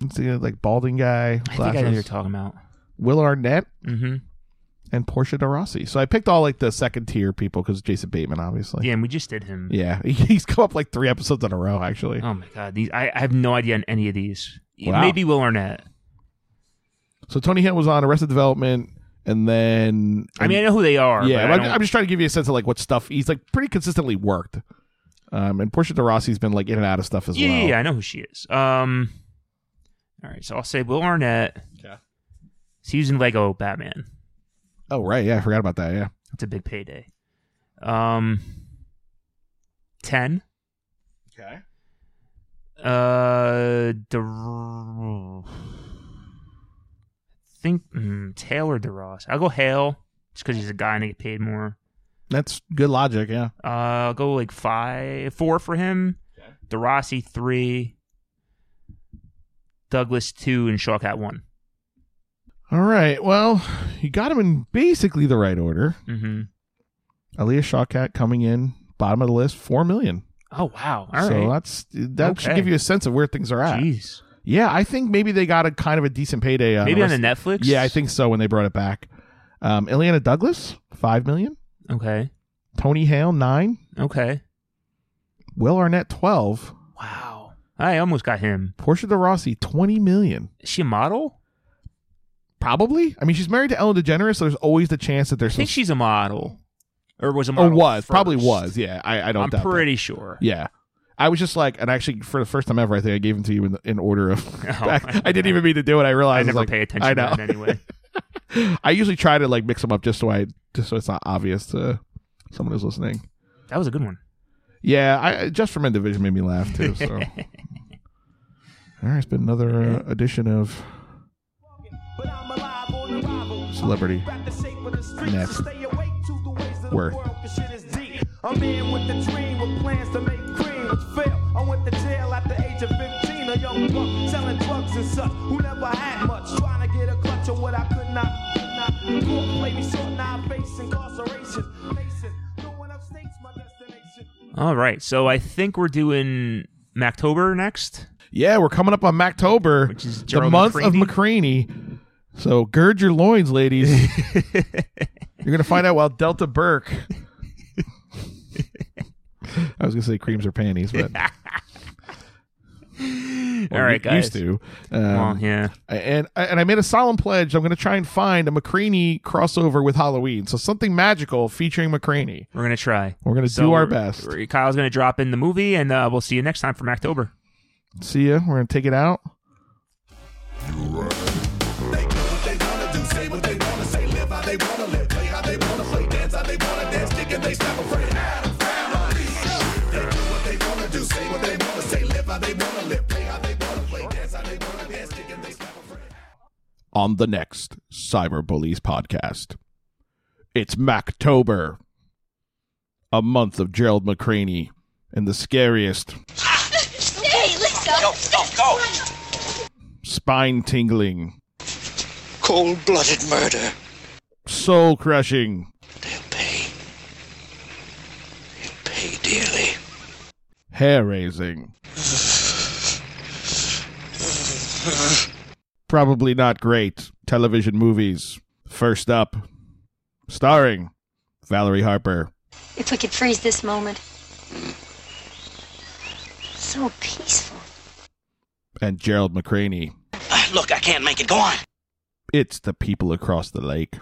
Speaker 2: It's the like balding guy.
Speaker 1: I think I know
Speaker 2: glasses.
Speaker 1: who you're talking about.
Speaker 2: Will Arnett
Speaker 1: hmm
Speaker 2: and Portia de Rossi. So I picked all like the second tier people because Jason Bateman, obviously.
Speaker 1: Yeah, and we just did him.
Speaker 2: Yeah, he's come up like three episodes in a row actually.
Speaker 1: Oh my god, these I, I have no idea on any of these.
Speaker 2: Wow.
Speaker 1: Maybe Will Arnett.
Speaker 2: So Tony Hale was on Arrested Development, and then
Speaker 1: I mean, I know who they are.
Speaker 2: Yeah,
Speaker 1: but
Speaker 2: but
Speaker 1: I
Speaker 2: I'm, I'm just trying to give you a sense of like what stuff he's like pretty consistently worked. Um, and Portia de Rossi's been like in and out of stuff as
Speaker 1: yeah,
Speaker 2: well.
Speaker 1: yeah, yeah, I know who she is. Um, all right, so I'll say Will Arnett.
Speaker 2: Okay.
Speaker 1: He's using Lego Batman.
Speaker 2: Oh right, yeah, I forgot about that. Yeah,
Speaker 1: It's a big payday. Um, ten.
Speaker 2: Okay.
Speaker 1: Uh, De- think mm, Taylor DeRoss. I'll go Hale just because he's a guy and I get paid more.
Speaker 2: that's good logic. Yeah,
Speaker 1: Uh, I'll go like five, four for him. The Rossi three, Douglas two, and Shawcat one.
Speaker 2: all right. Well, you got him in basically the right order.
Speaker 1: Mm-hmm.
Speaker 2: Aaliyah Shawkat coming in bottom of the list, four million.
Speaker 1: Oh wow! All right.
Speaker 2: so that's that should
Speaker 1: Okay.
Speaker 2: give you a sense of where things are at.
Speaker 1: jeez.
Speaker 2: Yeah, I think maybe they got a kind of a decent payday. On
Speaker 1: Maybe on the Netflix.
Speaker 2: Arrested- Yeah, I think so. When they brought it back, um, Ileana Douglas five million,
Speaker 1: Okay.
Speaker 2: Tony Hale nine,
Speaker 1: Okay.
Speaker 2: Will Arnett twelve,
Speaker 1: Wow. I almost got him.
Speaker 2: Portia de Rossi, twenty million.
Speaker 1: Is she a model?
Speaker 2: Probably. I mean, she's married to Ellen DeGeneres, so there's always the chance that
Speaker 1: I
Speaker 2: there's
Speaker 1: think
Speaker 2: some.
Speaker 1: she's a model, or was a
Speaker 2: Or
Speaker 1: model.
Speaker 2: Oh, was
Speaker 1: first.
Speaker 2: probably was. Yeah, I, I don't.
Speaker 1: I'm
Speaker 2: doubt that.
Speaker 1: pretty sure.
Speaker 2: Yeah, I was just like, and actually, for the first time ever, I think I gave them to you in, in order of.
Speaker 1: Oh,
Speaker 2: I, didn't even mean to do it. I realized
Speaker 1: I
Speaker 2: was
Speaker 1: never
Speaker 2: like,
Speaker 1: pay attention
Speaker 2: I
Speaker 1: to
Speaker 2: know.
Speaker 1: that anyway.
Speaker 2: I usually try to like mix them up just so I just so it's not obvious to someone who's listening.
Speaker 1: that was a good one.
Speaker 2: Yeah, I just from Men Division made me laugh too. So. All right, it's been another uh, edition of
Speaker 8: But I'm alive on arrival.
Speaker 2: Celebrity.
Speaker 8: Back to shape of the streets
Speaker 2: Next.
Speaker 8: to stay awake to the ways of the
Speaker 2: Word.
Speaker 8: world. 'cause shit is deep. I'm in with the dream with plans to make cream, which fail. I went to jail at the age of 15, a young buck selling drugs and such, who never had much, trying to get a clutch of what I could not. could not. Court played me short, now I face incarceration. Facing, no one upstates my destination.
Speaker 1: All right, so I think we're doing Mactober next.
Speaker 2: Yeah, we're coming up on Mactober,
Speaker 1: Which is
Speaker 2: the
Speaker 1: Gerald
Speaker 2: month of
Speaker 1: McCraney.
Speaker 2: McCraney. So gird your loins, ladies. You're gonna find out while Delta Burke. I was gonna say creams or panties, but Or
Speaker 1: All right,
Speaker 2: u- Used
Speaker 1: guys.
Speaker 2: to. Um,
Speaker 1: Well, yeah.
Speaker 2: and and I made a solemn pledge. I'm going to try and find a McCraney crossover with Halloween. So something magical featuring McCraney.
Speaker 1: We're gonna try.
Speaker 2: We're gonna do our best.
Speaker 1: we're- Kyle's gonna drop in the movie, and uh, we'll see you next time from October.
Speaker 2: See ya. We're going to take it out. On the next Cyber Bullies podcast, it's Mactober, a month of Gerald McCraney and the scariest
Speaker 9: Hey, let's go.
Speaker 2: spine tingling,
Speaker 10: Cold blooded murder.
Speaker 2: soul crushing,
Speaker 10: They'll pay. They'll pay dearly.
Speaker 2: hair raising. Probably not great television movies. First up, starring Valerie Harper,
Speaker 9: If we could freeze this moment. So peaceful.
Speaker 2: and Gerald McCraney.
Speaker 10: Uh, Look, I can't make it. Go on.
Speaker 2: It's the people across the lake.